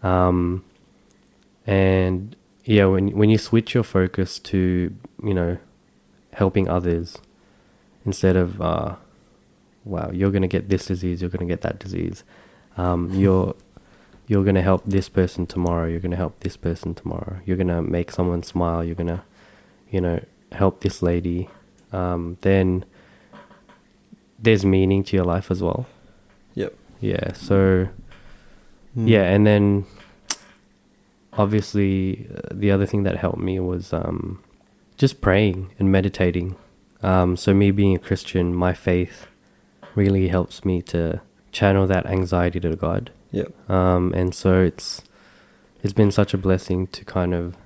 [SPEAKER 2] Um, and yeah, when when you switch your focus to you know helping others instead of uh, wow, you're gonna get this disease, you're gonna get that disease. Um, you're you're gonna help this person tomorrow. You're gonna help this person tomorrow. You're gonna make someone smile. You're gonna, you know, help this lady. Um, then there's meaning to your life as well.
[SPEAKER 1] Yep.
[SPEAKER 2] Yeah. So
[SPEAKER 1] Mm.
[SPEAKER 2] yeah, and then obviously uh, the other thing that helped me was um, just praying and meditating. Um, so me being a Christian, my faith really helps me to channel that anxiety to God.
[SPEAKER 1] Yep.
[SPEAKER 2] Um, and so it's it's been such a blessing to kind of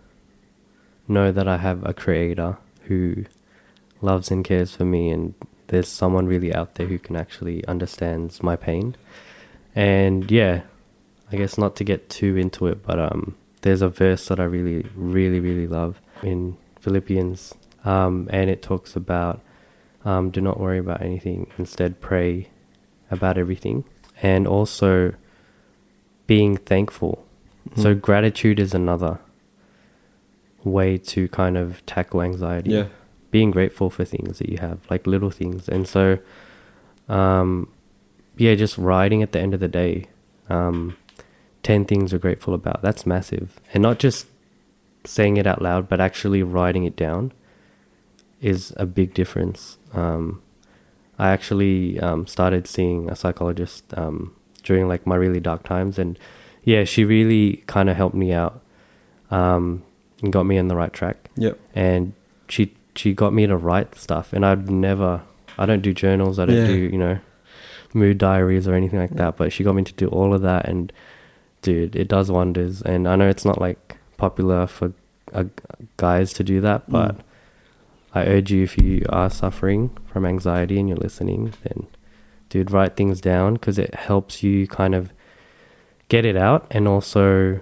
[SPEAKER 2] know that I have a creator who loves and cares for me and there's someone really out there who can actually understands my pain. And yeah, I guess not to get too into it, but um there's a verse that I really, really, really love in Philippians. Um, and it talks about um, do not worry about anything, instead pray about everything. And also being thankful. So
[SPEAKER 1] Mm.
[SPEAKER 2] gratitude is another way to kind of tackle anxiety.
[SPEAKER 1] Yeah.
[SPEAKER 2] Being grateful for things that you have, like little things. And so um yeah, just writing at the end of the day. Um ten things you're grateful about. That's massive. And not just saying it out loud, but actually writing it down is a big difference. Um, I actually um, started seeing a psychologist um, during like my really dark times, and yeah, she really kind of helped me out um, and got me on the right track.
[SPEAKER 1] Yep.
[SPEAKER 2] And she she got me to write stuff, and I'd never, I don't do journals, I don't
[SPEAKER 1] Yeah.
[SPEAKER 2] do you know mood diaries or anything like that, but she got me to do all of that, and dude, it does wonders. And I know it's not like popular for uh, guys to do that, but
[SPEAKER 1] Mm.
[SPEAKER 2] I urge you if you are suffering from anxiety and you're listening, then dude, write things down because it helps you kind of get it out. And also,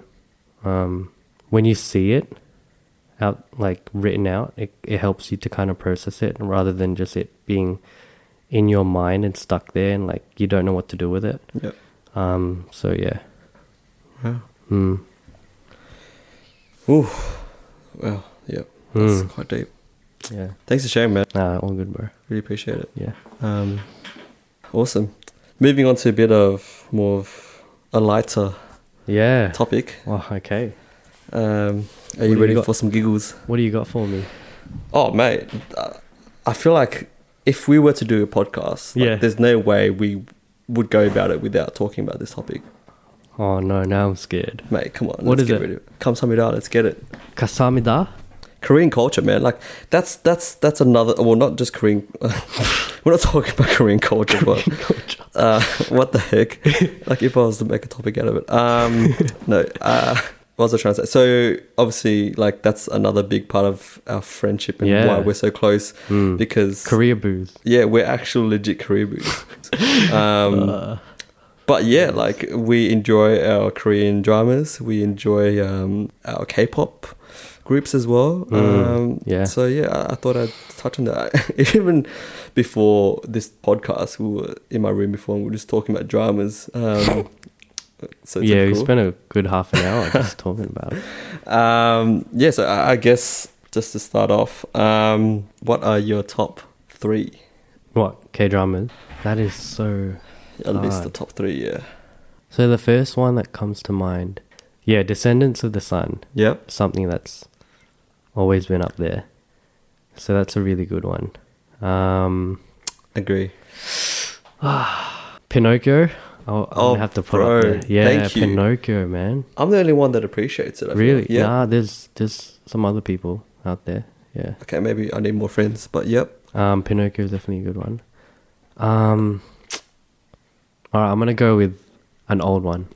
[SPEAKER 2] um, when you see it out, like written out, it, it helps you to kind of process it rather than just it being in your mind and stuck there and like you don't know what to do with it.
[SPEAKER 1] Yep.
[SPEAKER 2] Um, so yeah.
[SPEAKER 1] Wow.
[SPEAKER 2] Mm.
[SPEAKER 1] Ooh. Wow. Yep. That's
[SPEAKER 2] Mm.
[SPEAKER 1] quite deep.
[SPEAKER 2] Yeah.
[SPEAKER 1] Thanks for sharing, man.
[SPEAKER 2] Nah, all good, bro.
[SPEAKER 1] Really appreciate it.
[SPEAKER 2] Yeah.
[SPEAKER 1] Um, awesome. Moving on to a bit of more of a lighter
[SPEAKER 2] Yeah.
[SPEAKER 1] topic.
[SPEAKER 2] Well, okay.
[SPEAKER 1] Um, are
[SPEAKER 2] do
[SPEAKER 1] you
[SPEAKER 2] you
[SPEAKER 1] ready
[SPEAKER 2] got?
[SPEAKER 1] for some giggles?
[SPEAKER 2] What do you got for me?
[SPEAKER 1] Oh, mate, uh, I feel like if we were to do a podcast, like,
[SPEAKER 2] Yeah.
[SPEAKER 1] there's no way we would go about it without talking about this topic.
[SPEAKER 2] Oh no, now I'm scared.
[SPEAKER 1] Mate, come on,
[SPEAKER 2] What
[SPEAKER 1] let's
[SPEAKER 2] is
[SPEAKER 1] get
[SPEAKER 2] it?
[SPEAKER 1] rid of it. Come Samida, let's get it. (laughs)
[SPEAKER 2] Kasamida?
[SPEAKER 1] Korean culture, man. Like that's that's that's another. Well, not just Korean. (laughs) we're not talking about Korean culture,
[SPEAKER 2] (laughs)
[SPEAKER 1] but uh, what the heck? like if I was to make a topic out of it. Um, no. Uh, what was I trying to say? So obviously, like that's another big part of our friendship and
[SPEAKER 2] Yeah.
[SPEAKER 1] why we're so close
[SPEAKER 2] Mm.
[SPEAKER 1] because
[SPEAKER 2] Korea booze.
[SPEAKER 1] yeah, we're actual legit Korean
[SPEAKER 2] (laughs)
[SPEAKER 1] boos. um,
[SPEAKER 2] Uh,
[SPEAKER 1] but yeah, like we enjoy our Korean dramas. We enjoy um, our K-pop groups as well.
[SPEAKER 2] Mm,
[SPEAKER 1] um,
[SPEAKER 2] yeah.
[SPEAKER 1] So yeah, I, I thought I'd touch on that. (laughs) Even before this podcast, we were in my room before, and we were just talking about dramas.
[SPEAKER 2] (laughs)
[SPEAKER 1] Um, so it's
[SPEAKER 2] yeah, we
[SPEAKER 1] cool.
[SPEAKER 2] spent a good half an
[SPEAKER 1] (laughs)
[SPEAKER 2] hour just talking about it.
[SPEAKER 1] um, yeah. So I, I guess just to start off, um, what are your top three?
[SPEAKER 2] What K dramas? That is so.
[SPEAKER 1] At least
[SPEAKER 2] Ah.
[SPEAKER 1] the top three. Yeah.
[SPEAKER 2] So the first one that comes to mind, yeah, Descendants of the Sun,
[SPEAKER 1] Yep.
[SPEAKER 2] something that's always been up there. So that's a really good one. Um,
[SPEAKER 1] Agree.
[SPEAKER 2] Pinocchio. I'll, I'm
[SPEAKER 1] Oh,
[SPEAKER 2] gonna have to put up
[SPEAKER 1] bro,
[SPEAKER 2] there. Yeah,
[SPEAKER 1] thank you.
[SPEAKER 2] Pinocchio, man.
[SPEAKER 1] I'm the only one that appreciates it. I feel
[SPEAKER 2] Really?
[SPEAKER 1] like. Yeah.
[SPEAKER 2] Nah, there's there's some other people out there. Yeah.
[SPEAKER 1] Okay, maybe I need more friends, but yep.
[SPEAKER 2] Um, Pinocchio is definitely a good one. Um, all right, I'm gonna go with an old one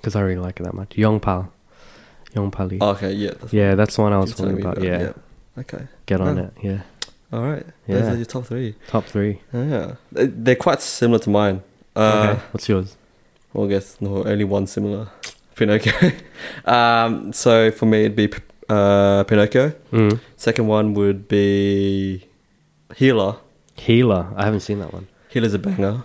[SPEAKER 2] because I really like it that much. Yongpal, Yongpali.
[SPEAKER 1] Okay, yeah. That's
[SPEAKER 2] yeah, that's the one I was
[SPEAKER 1] you're telling
[SPEAKER 2] talking
[SPEAKER 1] me
[SPEAKER 2] about. Yeah,
[SPEAKER 1] Okay.
[SPEAKER 2] get on
[SPEAKER 1] Yeah.
[SPEAKER 2] it. Yeah,
[SPEAKER 1] All right. Those
[SPEAKER 2] Yeah.
[SPEAKER 1] are your top three.
[SPEAKER 2] top three.
[SPEAKER 1] Yeah. They- They're quite similar to mine. Uh,
[SPEAKER 2] okay, what's yours?
[SPEAKER 1] Well, I guess no, only one similar. (laughs) Pinocchio. (laughs) um, so for me, it'd be uh, Pinocchio.
[SPEAKER 2] Mm.
[SPEAKER 1] Second one would be Healer.
[SPEAKER 2] Healer. I haven't seen that one.
[SPEAKER 1] Healer's a banger.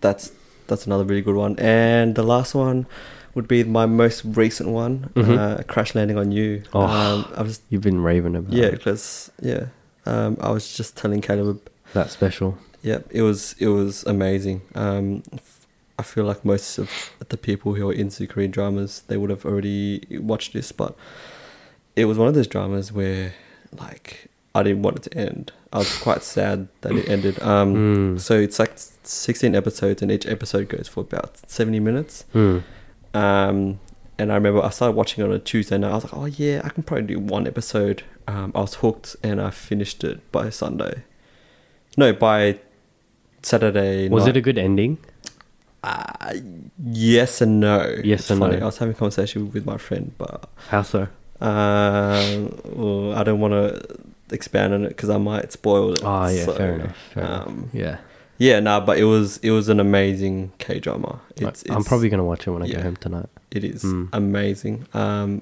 [SPEAKER 1] That's that's another really good one. And the last one would be my most recent one,
[SPEAKER 2] Mhm.
[SPEAKER 1] uh, Crash Landing on You.
[SPEAKER 2] Oh.
[SPEAKER 1] Um, I've just
[SPEAKER 2] You've been raving about.
[SPEAKER 1] Yeah,
[SPEAKER 2] it.
[SPEAKER 1] because yeah, Um, I was just telling Caleb.
[SPEAKER 2] That special.
[SPEAKER 1] Yep, it was it was amazing. Um, f- I feel like most of the people who are into Korean dramas they would have already watched this, but it was one of those dramas where like I didn't want it to end. I was quite sad that it ended. Um,
[SPEAKER 2] Mm.
[SPEAKER 1] So it's like sixteen episodes, and each episode goes for about seventy minutes.
[SPEAKER 2] Mm.
[SPEAKER 1] Um, and I remember I started watching it on a Tuesday night. I was like, oh yeah, I can probably do one episode. Um, I was hooked and I finished it by Sunday. No, by Saturday
[SPEAKER 2] Was it
[SPEAKER 1] night.
[SPEAKER 2] a good ending?
[SPEAKER 1] uh, yes and no.
[SPEAKER 2] Yes
[SPEAKER 1] It's
[SPEAKER 2] and
[SPEAKER 1] funny.
[SPEAKER 2] no.
[SPEAKER 1] I was having a conversation with my friend, but
[SPEAKER 2] How so?
[SPEAKER 1] um, well, I don't want to expand on it because I might spoil it.
[SPEAKER 2] Ah, yeah,
[SPEAKER 1] So,
[SPEAKER 2] fair enough. fair enough.
[SPEAKER 1] um,
[SPEAKER 2] Yeah,
[SPEAKER 1] Yeah, no, but it was it was an amazing K drama. It's,
[SPEAKER 2] I'm
[SPEAKER 1] it's-
[SPEAKER 2] probably gonna watch it when I
[SPEAKER 1] yeah.
[SPEAKER 2] get home tonight.
[SPEAKER 1] It is
[SPEAKER 2] Mm.
[SPEAKER 1] amazing. Um,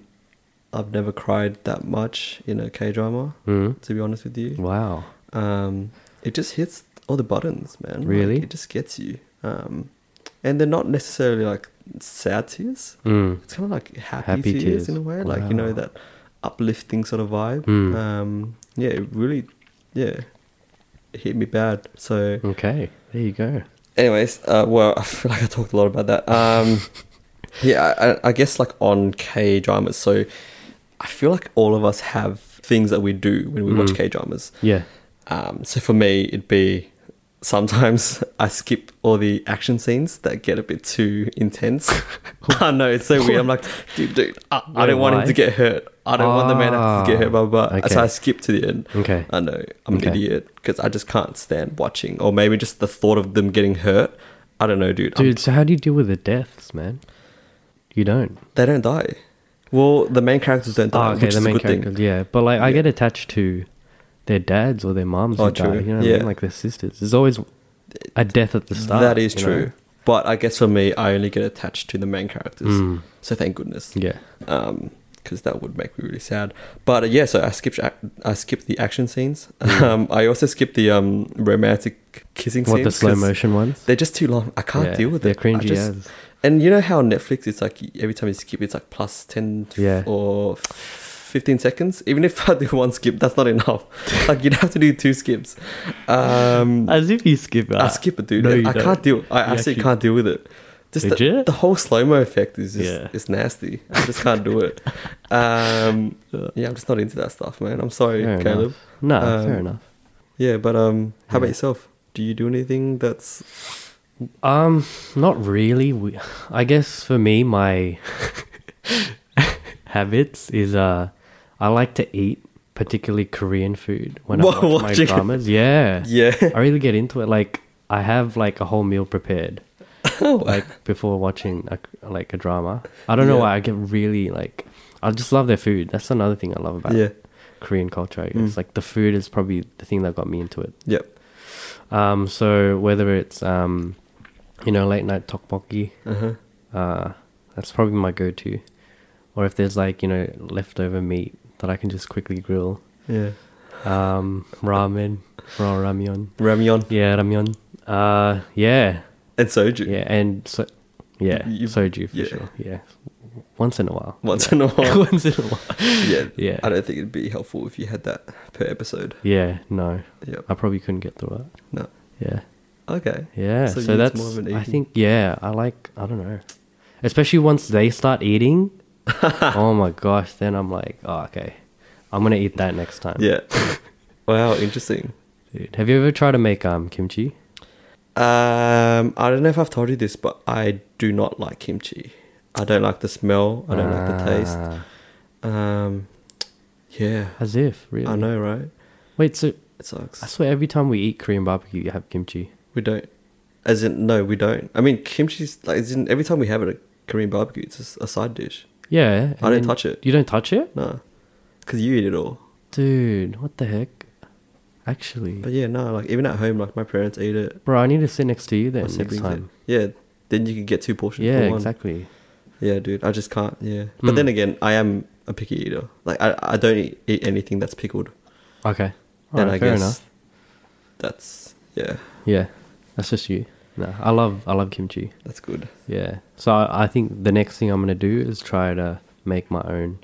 [SPEAKER 1] I've never cried that much in a K drama,
[SPEAKER 2] Mm.
[SPEAKER 1] to be honest with you.
[SPEAKER 2] Wow.
[SPEAKER 1] Um, it just hits all the buttons, man. Like,
[SPEAKER 2] Really?
[SPEAKER 1] it just gets you. Um, and they're not necessarily like sad tears.
[SPEAKER 2] Mm.
[SPEAKER 1] It's kind of like happy,
[SPEAKER 2] Happy
[SPEAKER 1] tears,
[SPEAKER 2] tears.
[SPEAKER 1] in a way, like you know
[SPEAKER 2] Wow.
[SPEAKER 1] that uplifting sort of vibe.
[SPEAKER 2] Mm.
[SPEAKER 1] Um, yeah, it really, yeah, it hit me bad.
[SPEAKER 2] Hmm.
[SPEAKER 1] So
[SPEAKER 2] Okay. There you go.
[SPEAKER 1] anyways uh well (laughs) i feel like i talked a lot about that
[SPEAKER 2] (laughs)
[SPEAKER 1] um yeah I- i, I guess like on k dramas so i feel like all of us have things that we do when we watch
[SPEAKER 2] Mm.
[SPEAKER 1] k dramas
[SPEAKER 2] Yeah.
[SPEAKER 1] um so for me it'd be sometimes (laughs) i skip all the action scenes that get a bit too
[SPEAKER 2] (laughs)
[SPEAKER 1] intense (laughs) i know it's so weird i'm like dude dude i, I
[SPEAKER 2] Wait,
[SPEAKER 1] don't want
[SPEAKER 2] why?
[SPEAKER 1] him to get hurt i don't want the man to get hurt blah blah blah
[SPEAKER 2] Ah,
[SPEAKER 1] so
[SPEAKER 2] okay.
[SPEAKER 1] i skip to the end
[SPEAKER 2] Okay.
[SPEAKER 1] I know I'm an
[SPEAKER 2] Okay.
[SPEAKER 1] idiot because I just can't stand watching, or maybe just the thought of them getting hurt. I don't know, dude. I'm-
[SPEAKER 2] Dude, so how do you deal with the deaths, man? You don't.
[SPEAKER 1] they don't die. Well, the main characters don't die,
[SPEAKER 2] Oh, okay,
[SPEAKER 1] which
[SPEAKER 2] the
[SPEAKER 1] is a
[SPEAKER 2] main
[SPEAKER 1] good
[SPEAKER 2] characters,
[SPEAKER 1] thing.
[SPEAKER 2] yeah. But like,
[SPEAKER 1] Yeah.
[SPEAKER 2] I get attached to their dads or their moms
[SPEAKER 1] Oh,
[SPEAKER 2] who die.
[SPEAKER 1] true.
[SPEAKER 2] You know what
[SPEAKER 1] Yeah.
[SPEAKER 2] I mean? Like their sisters. There's always a death at the start.
[SPEAKER 1] that is
[SPEAKER 2] you know?
[SPEAKER 1] true. But I guess for me, I only get attached to the main characters.
[SPEAKER 2] Mm.
[SPEAKER 1] So thank goodness,
[SPEAKER 2] Yeah.
[SPEAKER 1] because that would make me really sad. But uh, yeah, so I skipped ac- I skipped the action scenes. Um, I also skipped the um, romantic kissing
[SPEAKER 2] Hmm. What the
[SPEAKER 1] scenes.
[SPEAKER 2] slow
[SPEAKER 1] 'cause
[SPEAKER 2] motion ones?
[SPEAKER 1] They're just too long. I can't
[SPEAKER 2] yeah.
[SPEAKER 1] deal with
[SPEAKER 2] They're
[SPEAKER 1] it. I
[SPEAKER 2] cringy
[SPEAKER 1] just-
[SPEAKER 2] as.
[SPEAKER 1] And you know how on Netflix it's like every time you skip, it's like plus 10 f-
[SPEAKER 2] Yeah.
[SPEAKER 1] or 15 seconds? Even if I (laughs) do one skip, that's not enough.
[SPEAKER 2] (laughs)
[SPEAKER 1] like you'd have to do two skips. Um,
[SPEAKER 2] As if you skip that.
[SPEAKER 1] I skip it, dude.
[SPEAKER 2] No, you
[SPEAKER 1] I
[SPEAKER 2] don't.
[SPEAKER 1] can't deal. I
[SPEAKER 2] You
[SPEAKER 1] actually,
[SPEAKER 2] actually-
[SPEAKER 1] can't deal with it. Just the,
[SPEAKER 2] Legit?
[SPEAKER 1] the whole slow mo effect is just
[SPEAKER 2] Yeah.
[SPEAKER 1] it's nasty. I just can't do
[SPEAKER 2] (laughs)
[SPEAKER 1] it. Um, yeah, I'm just not into that stuff, man. I'm sorry,
[SPEAKER 2] Fair enough.
[SPEAKER 1] Caleb.
[SPEAKER 2] No, fair
[SPEAKER 1] Um,
[SPEAKER 2] enough.
[SPEAKER 1] Yeah, but um, how about
[SPEAKER 2] Yeah.
[SPEAKER 1] yourself? Do you do anything that's
[SPEAKER 2] Um, not really. We, I guess for me, my (laughs) habits is uh, I like to eat particularly Korean food when I
[SPEAKER 1] While
[SPEAKER 2] watch my
[SPEAKER 1] watching it.
[SPEAKER 2] dramas. Yeah, (laughs)
[SPEAKER 1] yeah?
[SPEAKER 2] I really get into it. Like I have like a whole meal
[SPEAKER 1] (laughs)
[SPEAKER 2] prepared, like before watching a, like a drama. I don't know
[SPEAKER 1] Yeah.
[SPEAKER 2] why I get really like. I just love their food. That's another thing I love about
[SPEAKER 1] yeah,
[SPEAKER 2] Korean culture. I guess
[SPEAKER 1] Mm.
[SPEAKER 2] like the food is probably the thing that got me into it.
[SPEAKER 1] yep,
[SPEAKER 2] Um, so whether it's um, you know, late night tteokbokki,
[SPEAKER 1] uh-huh.
[SPEAKER 2] uh, that's probably my go-to. Or if there's like you know leftover meat that I can just quickly grill,
[SPEAKER 1] yeah, (laughs)
[SPEAKER 2] um, ramen, raw ramyun,
[SPEAKER 1] ramyeon
[SPEAKER 2] yeah, ramyun, uh, yeah,
[SPEAKER 1] and soju.
[SPEAKER 2] yeah, and so, yeah,
[SPEAKER 1] You-
[SPEAKER 2] soju for
[SPEAKER 1] yeah.
[SPEAKER 2] sure, yeah, once in a while,
[SPEAKER 1] Once (laughs) in a while.
[SPEAKER 2] (laughs) once in a while,
[SPEAKER 1] yeah.
[SPEAKER 2] yeah,
[SPEAKER 1] I don't think it'd be helpful if you had that per episode.
[SPEAKER 2] yeah, no,
[SPEAKER 1] Yep.
[SPEAKER 2] I probably couldn't get through it,
[SPEAKER 1] No.
[SPEAKER 2] yeah.
[SPEAKER 1] Okay.
[SPEAKER 2] Yeah,
[SPEAKER 1] So
[SPEAKER 2] so,
[SPEAKER 1] you- it's
[SPEAKER 2] that's
[SPEAKER 1] more of an
[SPEAKER 2] I
[SPEAKER 1] eating-
[SPEAKER 2] think yeah, I like I don't know. Especially once they start
[SPEAKER 1] (laughs)
[SPEAKER 2] eating. oh my gosh, then I'm like, oh okay. I'm gonna eat that next time.
[SPEAKER 1] Yeah. (laughs) wow, interesting.
[SPEAKER 2] Dude. Have you ever tried to make um kimchi?
[SPEAKER 1] Um, I don't know if I've told you this, but I do not like kimchi. I don't like the smell. I don't like the taste.
[SPEAKER 2] Ah,
[SPEAKER 1] Um, yeah.
[SPEAKER 2] As if, really.
[SPEAKER 1] I know, right?
[SPEAKER 2] Wait, so
[SPEAKER 1] It
[SPEAKER 2] I
[SPEAKER 1] sucks.
[SPEAKER 2] swear every time we eat Korean barbecue you have kimchi.
[SPEAKER 1] We don't. As in, no, we don't. I mean, kimchi's like as in, every time we have it at Korean barbecue, it's just a side dish.
[SPEAKER 2] Yeah.
[SPEAKER 1] I
[SPEAKER 2] and
[SPEAKER 1] don't
[SPEAKER 2] then-
[SPEAKER 1] touch it.
[SPEAKER 2] You don't touch it?
[SPEAKER 1] No, because you eat it all.
[SPEAKER 2] Dude, what the heck? Actually.
[SPEAKER 1] But yeah, no, like even at home, like my parents eat it.
[SPEAKER 2] Bro, I need to sit next to you
[SPEAKER 1] My
[SPEAKER 2] then next
[SPEAKER 1] siblings
[SPEAKER 2] time.
[SPEAKER 1] eat- Yeah, then you can get two portions.
[SPEAKER 2] Yeah,
[SPEAKER 1] for one.
[SPEAKER 2] exactly.
[SPEAKER 1] Yeah, dude, I just can't. Yeah, but
[SPEAKER 2] Hmm.
[SPEAKER 1] then again, I am a picky eater. Like I, I don't eat, eat anything that's pickled.
[SPEAKER 2] Okay. All
[SPEAKER 1] and
[SPEAKER 2] right,
[SPEAKER 1] I
[SPEAKER 2] fair
[SPEAKER 1] guess
[SPEAKER 2] enough.
[SPEAKER 1] that's yeah,
[SPEAKER 2] Yeah, that's just you. No, I love I love kimchi.
[SPEAKER 1] that's good.
[SPEAKER 2] Yeah, so I, I think the next thing I'm gonna do is
[SPEAKER 1] Ah.
[SPEAKER 2] try to make my own,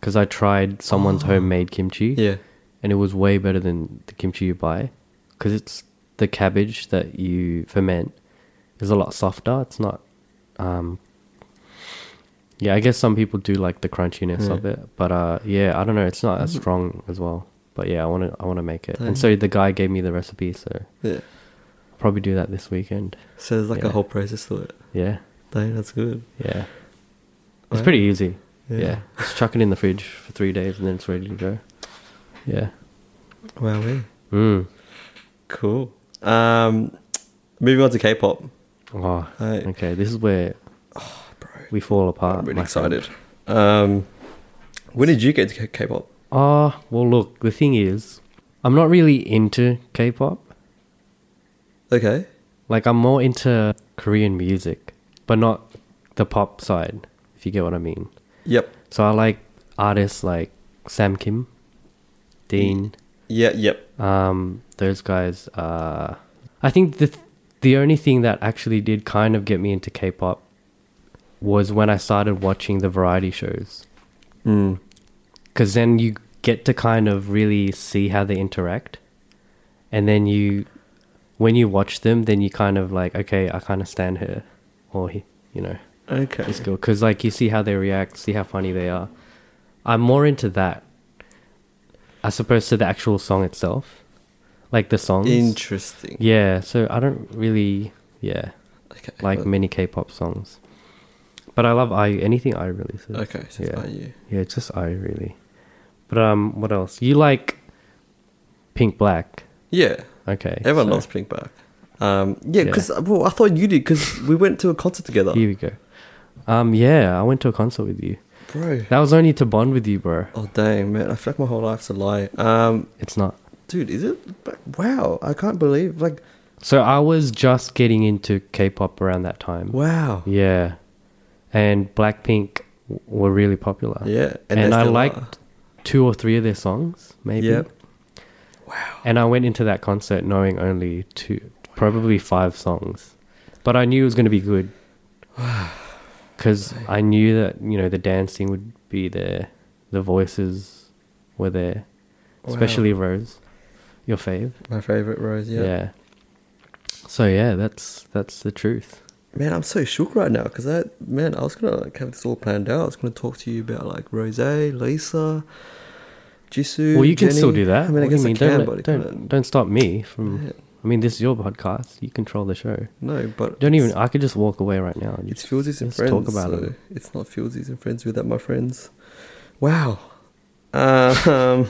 [SPEAKER 2] because I tried someone's homemade kimchi,
[SPEAKER 1] Yeah,
[SPEAKER 2] and it was way better than the kimchi you buy because it's the cabbage that you ferment is a lot softer. It's not. Um, yeah, I guess some people do like the crunchiness
[SPEAKER 1] Yeah.
[SPEAKER 2] of it, but uh, yeah, I don't know. It's not as strong as well. But yeah, I want to. I want to make it.
[SPEAKER 1] Damn.
[SPEAKER 2] And so the guy gave me the recipe, so I'll
[SPEAKER 1] Yeah.
[SPEAKER 2] probably do that this weekend.
[SPEAKER 1] So there's like a
[SPEAKER 2] Yeah.
[SPEAKER 1] whole process to it.
[SPEAKER 2] Yeah,
[SPEAKER 1] Dang, that's good.
[SPEAKER 2] yeah. It's
[SPEAKER 1] Wow.
[SPEAKER 2] pretty easy.
[SPEAKER 1] Yeah.
[SPEAKER 2] Yeah. Just chuck it in the fridge for three days and then it's ready to go. Yeah.
[SPEAKER 1] Wow. eh.
[SPEAKER 2] Mm.
[SPEAKER 1] Cool. Um, moving on to K-pop.
[SPEAKER 2] Oh,
[SPEAKER 1] Right.
[SPEAKER 2] okay. This is where
[SPEAKER 1] bro.
[SPEAKER 2] we fall apart.
[SPEAKER 1] I'm really
[SPEAKER 2] Ah, my friend.
[SPEAKER 1] excited. Um, when did you get to K- K-pop?
[SPEAKER 2] Ah, well, look, the thing is, I'm not really into K pop.
[SPEAKER 1] Okay.
[SPEAKER 2] Like, I'm more into Korean music, but not the pop side, if you get what I mean.
[SPEAKER 1] Yep.
[SPEAKER 2] So I like artists like Sam Kim, Dean,
[SPEAKER 1] Yeah. Yep.
[SPEAKER 2] um, those guys. Uh, I think the, th- the only thing that actually did kind of get me into K pop was when I started watching the variety shows. Hmm.
[SPEAKER 1] Mm.
[SPEAKER 2] because then you get to kind of really see how they interact and then you when you watch them then you kind of like okay i kind of stand her or he you know
[SPEAKER 1] Okay.
[SPEAKER 2] this girl because like you see how they react see how funny they are i'm more into that as opposed to the actual song itself like the songs
[SPEAKER 1] Interesting.
[SPEAKER 2] yeah so i don't really yeah
[SPEAKER 1] Okay.
[SPEAKER 2] like
[SPEAKER 1] well,
[SPEAKER 2] many k-pop songs but i love i anything i releases
[SPEAKER 1] Okay. So it's
[SPEAKER 2] Yeah.
[SPEAKER 1] not you.
[SPEAKER 2] yeah, it's just I really. But um, what else? You like Pink Black?
[SPEAKER 1] Yeah.
[SPEAKER 2] Okay,
[SPEAKER 1] Everyone
[SPEAKER 2] so
[SPEAKER 1] loves Pink Black. Um, yeah,
[SPEAKER 2] uh, Yeah.
[SPEAKER 1] because well, I thought you did because we went to a concert together,
[SPEAKER 2] Here we go. Um, yeah, I went to a concert with you.
[SPEAKER 1] bro.
[SPEAKER 2] That was only to bond with you, bro.
[SPEAKER 1] Oh dang, man! I feel like my whole life's a lie. Um,
[SPEAKER 2] It's not.
[SPEAKER 1] dude, is it? Like, wow, I can't believe. Like,
[SPEAKER 2] So I was just getting into K-pop around that time.
[SPEAKER 1] wow.
[SPEAKER 2] Yeah, and Blackpink w- were really popular.
[SPEAKER 1] Yeah,
[SPEAKER 2] and,
[SPEAKER 1] they
[SPEAKER 2] I
[SPEAKER 1] still
[SPEAKER 2] liked
[SPEAKER 1] are.
[SPEAKER 2] two or three of their songs, maybe.
[SPEAKER 1] Yep.
[SPEAKER 2] Wow. And I went into that concert knowing only two, probably five songs, but I knew it was going to be
[SPEAKER 1] (sighs)
[SPEAKER 2] good because I knew that you know the dancing would be there, the voices were there,
[SPEAKER 1] Wow.
[SPEAKER 2] especially Rose, your fave.
[SPEAKER 1] my favorite Rose. Yeah.
[SPEAKER 2] Yeah. So yeah, that's that's the truth.
[SPEAKER 1] man, I'm so shook right now because I, man, I was gonna like have this all planned out. I was gonna talk to you about like Rose, Lisa, Jisoo.
[SPEAKER 2] well, you can
[SPEAKER 1] Jennie.
[SPEAKER 2] still do that.
[SPEAKER 1] I mean, I
[SPEAKER 2] What do
[SPEAKER 1] guess
[SPEAKER 2] you
[SPEAKER 1] I
[SPEAKER 2] mean?
[SPEAKER 1] can,
[SPEAKER 2] don't,
[SPEAKER 1] but I
[SPEAKER 2] let- don't
[SPEAKER 1] can't-
[SPEAKER 2] don't stop me from.
[SPEAKER 1] Yeah.
[SPEAKER 2] I mean, this is your podcast. You control the show.
[SPEAKER 1] No, but
[SPEAKER 2] Don't
[SPEAKER 1] it's-
[SPEAKER 2] even. I could just walk away right now. And
[SPEAKER 1] It's Fieldsies and
[SPEAKER 2] Let's
[SPEAKER 1] friends.
[SPEAKER 2] talk about
[SPEAKER 1] so
[SPEAKER 2] it.
[SPEAKER 1] It's not Fieldsies and friends without my friends. Wow.
[SPEAKER 2] (laughs)
[SPEAKER 1] Um,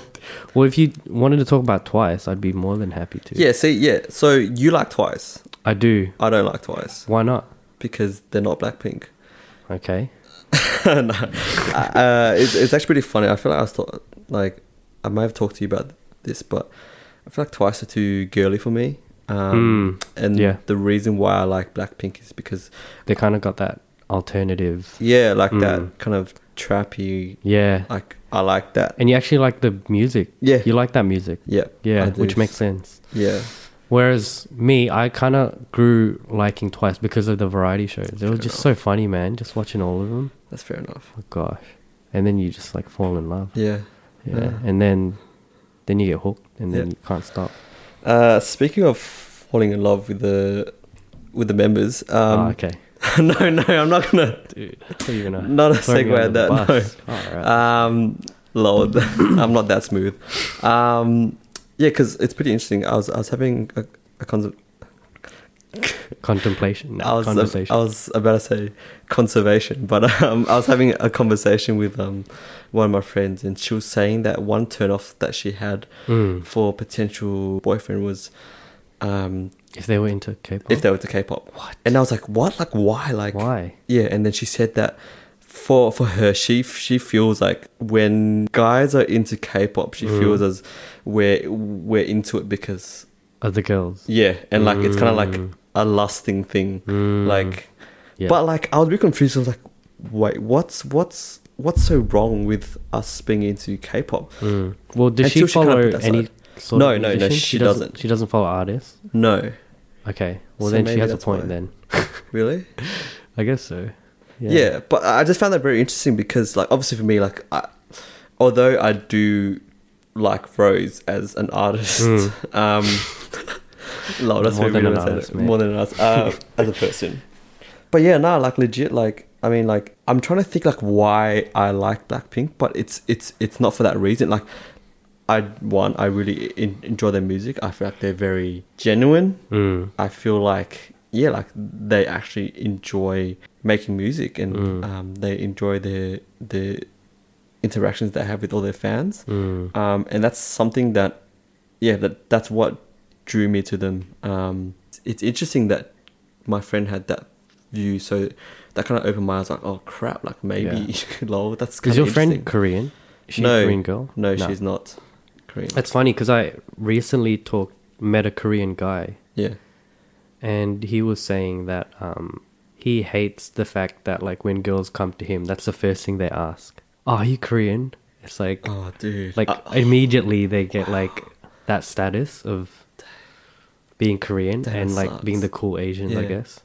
[SPEAKER 2] well, if you wanted to talk about twice, I'd be more than happy to.
[SPEAKER 1] yeah. See, yeah. So you like Twice.
[SPEAKER 2] I do.
[SPEAKER 1] I don't like Twice
[SPEAKER 2] Why not?
[SPEAKER 1] because they're not Blackpink. (laughs)
[SPEAKER 2] Okay.
[SPEAKER 1] no, uh, it's, it's actually pretty funny. I feel like I was thought, like I may have talked to you about this, but I feel like Twice are too girly for me. Um, And
[SPEAKER 2] Hmm, yeah.
[SPEAKER 1] the reason why I like Blackpink is because
[SPEAKER 2] They kind of got that alternative.
[SPEAKER 1] yeah, like that
[SPEAKER 2] Mm.
[SPEAKER 1] kind of trappy.
[SPEAKER 2] Yeah.
[SPEAKER 1] Like I like that.
[SPEAKER 2] And you actually like the music.
[SPEAKER 1] Yeah.
[SPEAKER 2] You like that music.
[SPEAKER 1] Yeah.
[SPEAKER 2] Yeah,
[SPEAKER 1] I do.
[SPEAKER 2] which makes sense.
[SPEAKER 1] Yeah.
[SPEAKER 2] Whereas me, I kind of grew liking twice because of the variety shows. They were
[SPEAKER 1] Fair
[SPEAKER 2] just so funny, man. Just watching all of them.
[SPEAKER 1] That's fair enough.
[SPEAKER 2] Oh, gosh. And then you just like fall in love.
[SPEAKER 1] Yeah.
[SPEAKER 2] Yeah.
[SPEAKER 1] Yeah.
[SPEAKER 2] And then, then you get hooked, and then
[SPEAKER 1] Yeah.
[SPEAKER 2] you can't stop.
[SPEAKER 1] Uh, speaking of falling in love with the with the members, um,
[SPEAKER 2] oh, okay.
[SPEAKER 1] (laughs) no, no, I'm not gonna.
[SPEAKER 2] Dude, I thought you were gonna
[SPEAKER 1] Not (laughs) a
[SPEAKER 2] throw me
[SPEAKER 1] segue
[SPEAKER 2] under
[SPEAKER 1] at
[SPEAKER 2] the
[SPEAKER 1] that, no.
[SPEAKER 2] bus. Alright.
[SPEAKER 1] (laughs) Um, Lord, (laughs) I'm not that smooth. Um, yeah, because it's pretty interesting. I was I was having a, a con-
[SPEAKER 2] Contemplation.
[SPEAKER 1] I was uh,
[SPEAKER 2] conversation.
[SPEAKER 1] I was about to say conservation, but um, I was having a conversation with um one of my friends, and she was saying that one turn off that she had
[SPEAKER 2] Mm.
[SPEAKER 1] for a potential boyfriend was um
[SPEAKER 2] If they were into K-pop,
[SPEAKER 1] if they were to K-pop.
[SPEAKER 2] What?
[SPEAKER 1] And I was like, what? Like why? Like
[SPEAKER 2] why?
[SPEAKER 1] Yeah, and then she said that for for her, she she feels like when guys are into K-pop, she
[SPEAKER 2] Mm.
[SPEAKER 1] feels as we're we're into it because
[SPEAKER 2] Of the girls,
[SPEAKER 1] yeah, and like it's kind of like
[SPEAKER 2] Mm.
[SPEAKER 1] a lusting thing,
[SPEAKER 2] Mm.
[SPEAKER 1] like.
[SPEAKER 2] Yeah.
[SPEAKER 1] But like I was a bit confused. I was like, wait, what's what's what's so wrong with us being into K-pop?
[SPEAKER 2] Mm. well, does
[SPEAKER 1] Until
[SPEAKER 2] she
[SPEAKER 1] she can't
[SPEAKER 2] follow
[SPEAKER 1] put that
[SPEAKER 2] any?
[SPEAKER 1] side.
[SPEAKER 2] Sort
[SPEAKER 1] No,
[SPEAKER 2] of
[SPEAKER 1] no, no,
[SPEAKER 2] musician?
[SPEAKER 1] she doesn't.
[SPEAKER 2] She doesn't follow artists.
[SPEAKER 1] No,
[SPEAKER 2] Okay, well
[SPEAKER 1] So
[SPEAKER 2] then she
[SPEAKER 1] maybe
[SPEAKER 2] has a
[SPEAKER 1] that's
[SPEAKER 2] point.
[SPEAKER 1] why.
[SPEAKER 2] Then
[SPEAKER 1] really?
[SPEAKER 2] I guess so.
[SPEAKER 1] Yeah. but I just found that very interesting because, like, obviously for me, like, I, although I do like Rose as an artist. (laughs) Um, lol, that's what
[SPEAKER 2] Hmm. More
[SPEAKER 1] we
[SPEAKER 2] than an
[SPEAKER 1] would say.
[SPEAKER 2] artist, mate.
[SPEAKER 1] More than us
[SPEAKER 2] (laughs)
[SPEAKER 1] uh, as a person. But yeah, no, like legit, like I mean, like I'm trying to think like why I like Blackpink, but it's it's it's not for that reason. Like I one, I really in, enjoy their music. I feel like they're very genuine.
[SPEAKER 2] Mm.
[SPEAKER 1] I feel like yeah, like they actually enjoy making music and
[SPEAKER 2] Mm.
[SPEAKER 1] um, they enjoy the the interactions they have with all their fans,
[SPEAKER 2] Mm.
[SPEAKER 1] um, and that's something that yeah that that's what drew me to them. Um, it's interesting that my friend had that view, so that kind of opened my eyes. Like oh crap, like maybe (laughs) lol, that's
[SPEAKER 2] Is
[SPEAKER 1] kind
[SPEAKER 2] your
[SPEAKER 1] of
[SPEAKER 2] friend Korean? Is she
[SPEAKER 1] No.
[SPEAKER 2] a Korean girl?
[SPEAKER 1] No, she's not Korean.
[SPEAKER 2] That's funny because I recently talked met a Korean guy
[SPEAKER 1] yeah,
[SPEAKER 2] and he was saying that um, he hates the fact that like when girls come to him, that's the first thing they ask. "Oh, are you Korean? It's like
[SPEAKER 1] oh dude,
[SPEAKER 2] like
[SPEAKER 1] Uh,
[SPEAKER 2] immediately they get like that status of being Korean
[SPEAKER 1] That
[SPEAKER 2] and like being the
[SPEAKER 1] sucks.
[SPEAKER 2] cool Asians, I
[SPEAKER 1] Yeah.
[SPEAKER 2] guess.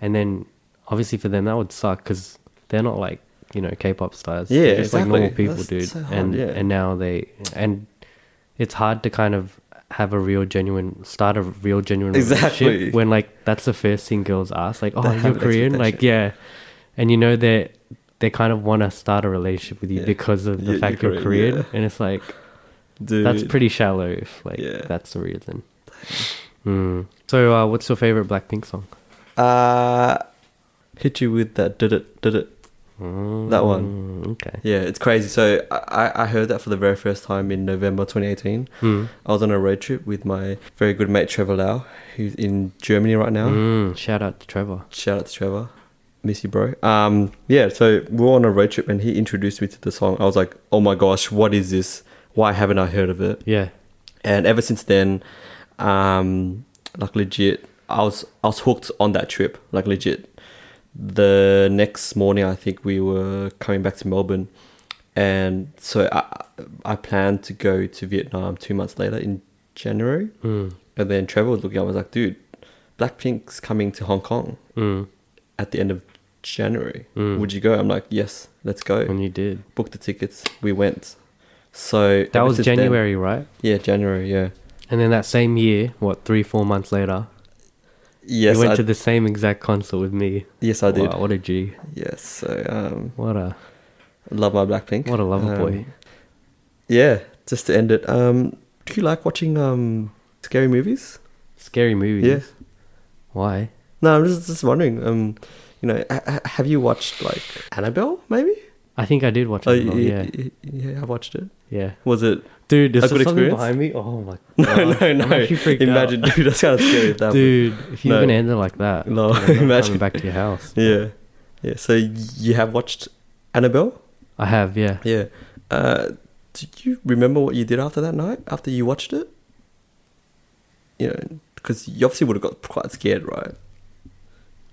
[SPEAKER 2] And then obviously for them that would suck because they're not like you know K-pop stars.
[SPEAKER 1] Yeah,
[SPEAKER 2] they're just like normal
[SPEAKER 1] exactly.
[SPEAKER 2] people,
[SPEAKER 1] That's
[SPEAKER 2] dude.
[SPEAKER 1] so hard,
[SPEAKER 2] and
[SPEAKER 1] yeah.
[SPEAKER 2] and now they and it's hard to kind of have a real genuine start a real genuine
[SPEAKER 1] Exactly.
[SPEAKER 2] relationship when like that's the first thing girls ask like oh
[SPEAKER 1] They
[SPEAKER 2] you're
[SPEAKER 1] have an
[SPEAKER 2] korean like
[SPEAKER 1] expectation.
[SPEAKER 2] yeah and you know they they kind of want to start a relationship with you
[SPEAKER 1] Yeah.
[SPEAKER 2] because of the
[SPEAKER 1] You-
[SPEAKER 2] fact
[SPEAKER 1] you're
[SPEAKER 2] you're
[SPEAKER 1] Korean,
[SPEAKER 2] korean
[SPEAKER 1] yeah.
[SPEAKER 2] and it's like
[SPEAKER 1] (laughs) dude,
[SPEAKER 2] that's pretty shallow if like
[SPEAKER 1] Yeah.
[SPEAKER 2] that's the reason. Mm. So uh, what's your favorite Blackpink song?
[SPEAKER 1] Uh, hit you with that. Did it? Did it? That one.
[SPEAKER 2] Mm, Okay.
[SPEAKER 1] Yeah, it's crazy. So I, I- I heard that for the very first time in November 2018.
[SPEAKER 2] Mm.
[SPEAKER 1] I was on a road trip with my very good mate Trevor Lau, who's in Germany right now.
[SPEAKER 2] Mm, Shout out to Trevor.
[SPEAKER 1] Shout out to Trevor. Miss you, bro. Um, yeah, so we were on a road trip and he introduced me to the song. I was like, oh my gosh, what is this? Why haven't I heard of it?
[SPEAKER 2] Yeah.
[SPEAKER 1] and ever since then um like legit i was i was hooked on that trip like legit the next morning i think we were coming back to melbourne and so i i planned to go to vietnam two months later in january
[SPEAKER 2] Mm.
[SPEAKER 1] and then trevor was looking i was like dude blackpink's coming to hong kong
[SPEAKER 2] Mm.
[SPEAKER 1] at the end of january
[SPEAKER 2] Mm.
[SPEAKER 1] would you go i'm like yes let's go
[SPEAKER 2] And you did.
[SPEAKER 1] booked the tickets we went so
[SPEAKER 2] That
[SPEAKER 1] ever
[SPEAKER 2] was
[SPEAKER 1] since then-
[SPEAKER 2] January, right?
[SPEAKER 1] yeah january yeah
[SPEAKER 2] And then that same year, what three, four months later,
[SPEAKER 1] yes
[SPEAKER 2] you went
[SPEAKER 1] I-
[SPEAKER 2] to the same exact concert with me.
[SPEAKER 1] Yes, I did.
[SPEAKER 2] Wow, what a G!
[SPEAKER 1] Yes, so um,
[SPEAKER 2] What a
[SPEAKER 1] love my Blackpink.
[SPEAKER 2] what a lover
[SPEAKER 1] Um,
[SPEAKER 2] boy.
[SPEAKER 1] Yeah, just to end it. Um, do you like watching um scary movies?
[SPEAKER 2] Scary movies.
[SPEAKER 1] Yeah.
[SPEAKER 2] Why?
[SPEAKER 1] No, I'm just just wondering. Um, you know, ha- ha- have you watched like Annabelle? Maybe.
[SPEAKER 2] I think I did watch
[SPEAKER 1] Oh,
[SPEAKER 2] it.
[SPEAKER 1] y- y-
[SPEAKER 2] yeah.
[SPEAKER 1] y- yeah, I watched it.
[SPEAKER 2] yeah.
[SPEAKER 1] Was it?
[SPEAKER 2] Dude,
[SPEAKER 1] A
[SPEAKER 2] there's
[SPEAKER 1] good
[SPEAKER 2] something
[SPEAKER 1] experience?
[SPEAKER 2] behind me. Oh my
[SPEAKER 1] (laughs) No,
[SPEAKER 2] God.
[SPEAKER 1] no,
[SPEAKER 2] I'm
[SPEAKER 1] no.
[SPEAKER 2] actually freaked out.
[SPEAKER 1] Imagine, (laughs) dude, that's kind of scary. If that happened.
[SPEAKER 2] Dude, if you're
[SPEAKER 1] No.
[SPEAKER 2] gonna end it like that,
[SPEAKER 1] No,
[SPEAKER 2] you're not
[SPEAKER 1] imagine.
[SPEAKER 2] coming back to your house.
[SPEAKER 1] Yeah, yeah. So you have watched Annabelle?
[SPEAKER 2] I have, yeah.
[SPEAKER 1] Yeah. Uh, do you remember what you did after that night? After you watched it? You know, because you obviously would have got quite scared, right?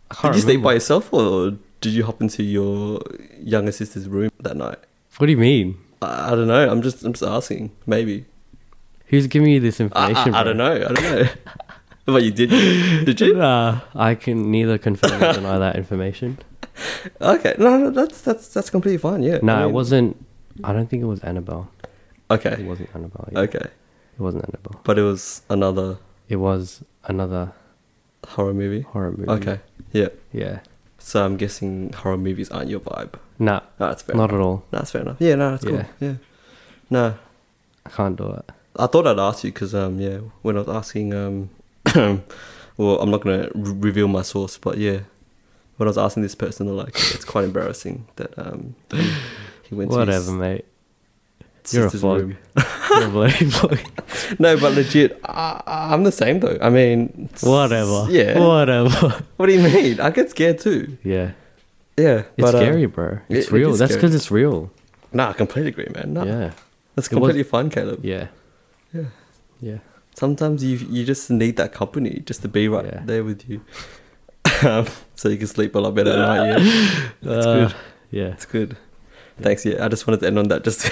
[SPEAKER 2] I can't
[SPEAKER 1] Did you stay by
[SPEAKER 2] remember.
[SPEAKER 1] yourself, or did you hop into your younger sister's room that night?
[SPEAKER 2] What do you mean?
[SPEAKER 1] I, I don't know. I'm just, I'm just asking. Maybe.
[SPEAKER 2] Who's giving you this
[SPEAKER 1] I,
[SPEAKER 2] information?
[SPEAKER 1] I, I
[SPEAKER 2] bro?
[SPEAKER 1] don't know. I don't know. (laughs) but you did. Did you?
[SPEAKER 2] Nah, I can neither confirm nor
[SPEAKER 1] (laughs)
[SPEAKER 2] deny that information.
[SPEAKER 1] Okay. No, no. That's that's that's completely fine. Yeah.
[SPEAKER 2] No,
[SPEAKER 1] I
[SPEAKER 2] it
[SPEAKER 1] mean-
[SPEAKER 2] wasn't. I don't think it was Annabelle. It
[SPEAKER 1] Okay.
[SPEAKER 2] wasn't Annabelle. yeah.
[SPEAKER 1] Okay.
[SPEAKER 2] It wasn't Annabelle.
[SPEAKER 1] But it was another
[SPEAKER 2] It was another
[SPEAKER 1] horror movie.
[SPEAKER 2] horror movie.
[SPEAKER 1] Okay. Yeah.
[SPEAKER 2] Yeah.
[SPEAKER 1] So I'm guessing horror movies aren't your vibe.
[SPEAKER 2] Nah,
[SPEAKER 1] No, that's fair.
[SPEAKER 2] not at all.
[SPEAKER 1] No, that's fair enough. Yeah, no, that's
[SPEAKER 2] Yeah.
[SPEAKER 1] cool. Yeah. No,
[SPEAKER 2] I can't do it.
[SPEAKER 1] I thought I'd ask you because um yeah, when I was asking um, (coughs) well, I'm not gonna re- reveal my source, but yeah, when I was asking this person, they're like, it's quite embarrassing that um he went to
[SPEAKER 2] Whatever,
[SPEAKER 1] his
[SPEAKER 2] mate. You're a
[SPEAKER 1] sister's
[SPEAKER 2] flog.
[SPEAKER 1] room.
[SPEAKER 2] You're a bloody flog.
[SPEAKER 1] No, but legit, I, I'm the same though. I mean, (laughs) s-
[SPEAKER 2] Whatever.
[SPEAKER 1] Yeah. What?
[SPEAKER 2] Whatever. (laughs)
[SPEAKER 1] do you mean? I get scared too.
[SPEAKER 2] Yeah.
[SPEAKER 1] Yeah,
[SPEAKER 2] It's
[SPEAKER 1] but, uh,
[SPEAKER 2] scary, bro. It's
[SPEAKER 1] it- it
[SPEAKER 2] real.
[SPEAKER 1] is
[SPEAKER 2] That's
[SPEAKER 1] scary.
[SPEAKER 2] because it's real.
[SPEAKER 1] nah, I completely agree, man. Nah,
[SPEAKER 2] Yeah.
[SPEAKER 1] that's
[SPEAKER 2] It was-
[SPEAKER 1] completely fine, Caleb.
[SPEAKER 2] Yeah.
[SPEAKER 1] Yeah.
[SPEAKER 2] Yeah.
[SPEAKER 1] Sometimes you you just need that company just to be right
[SPEAKER 2] Yeah.
[SPEAKER 1] there with you, um, so you can sleep a lot better at night. Yeah, that's
[SPEAKER 2] Uh,
[SPEAKER 1] good.
[SPEAKER 2] Yeah.
[SPEAKER 1] That's good. Thanks. Yeah, I just wanted to end on that. Just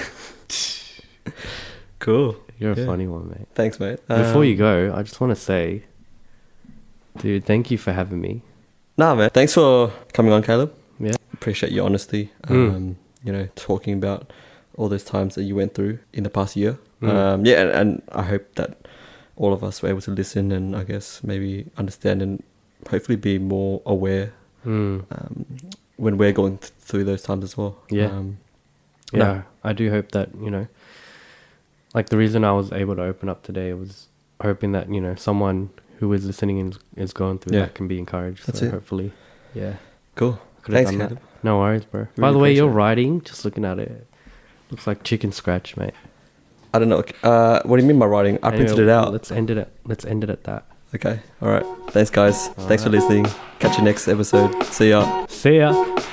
[SPEAKER 1] cool.
[SPEAKER 2] You're a
[SPEAKER 1] Yeah.
[SPEAKER 2] funny one, mate.
[SPEAKER 1] Thanks, mate.
[SPEAKER 2] Before
[SPEAKER 1] Um,
[SPEAKER 2] you go, I just want to say, dude, thank you for having me.
[SPEAKER 1] nah, man. Thanks for coming on, Caleb.
[SPEAKER 2] Yeah.
[SPEAKER 1] appreciate your honesty.
[SPEAKER 2] Mm.
[SPEAKER 1] Um, you know, talking about all those times that you went through in the past year. Um, yeah, and, and I hope that all of us were able to listen and I guess maybe understand and hopefully be more aware
[SPEAKER 2] Mm.
[SPEAKER 1] um, when we're going th- through those times as well.
[SPEAKER 2] Yeah.
[SPEAKER 1] Um,
[SPEAKER 2] Yeah,
[SPEAKER 1] No.
[SPEAKER 2] I do hope that you know, like the reason I was able to open up today was hoping that you know someone who is listening and is going through
[SPEAKER 1] Yeah.
[SPEAKER 2] that can be encouraged.
[SPEAKER 1] That's
[SPEAKER 2] so
[SPEAKER 1] it.
[SPEAKER 2] hopefully, yeah.
[SPEAKER 1] cool.
[SPEAKER 2] I could have
[SPEAKER 1] Thanks,
[SPEAKER 2] done that.
[SPEAKER 1] Caleb.
[SPEAKER 2] No worries, bro. By
[SPEAKER 1] Really
[SPEAKER 2] the way, your
[SPEAKER 1] appreciate it.
[SPEAKER 2] writing, just looking at it, looks like chicken scratch, mate.
[SPEAKER 1] I don't know. Uh, what do you mean by writing? I
[SPEAKER 2] Anyway,
[SPEAKER 1] printed it out.
[SPEAKER 2] Let's end it. At, let's end it at that.
[SPEAKER 1] Okay. All right. Thanks, guys. Thanks for listening. Catch you next episode. See ya.
[SPEAKER 2] See ya.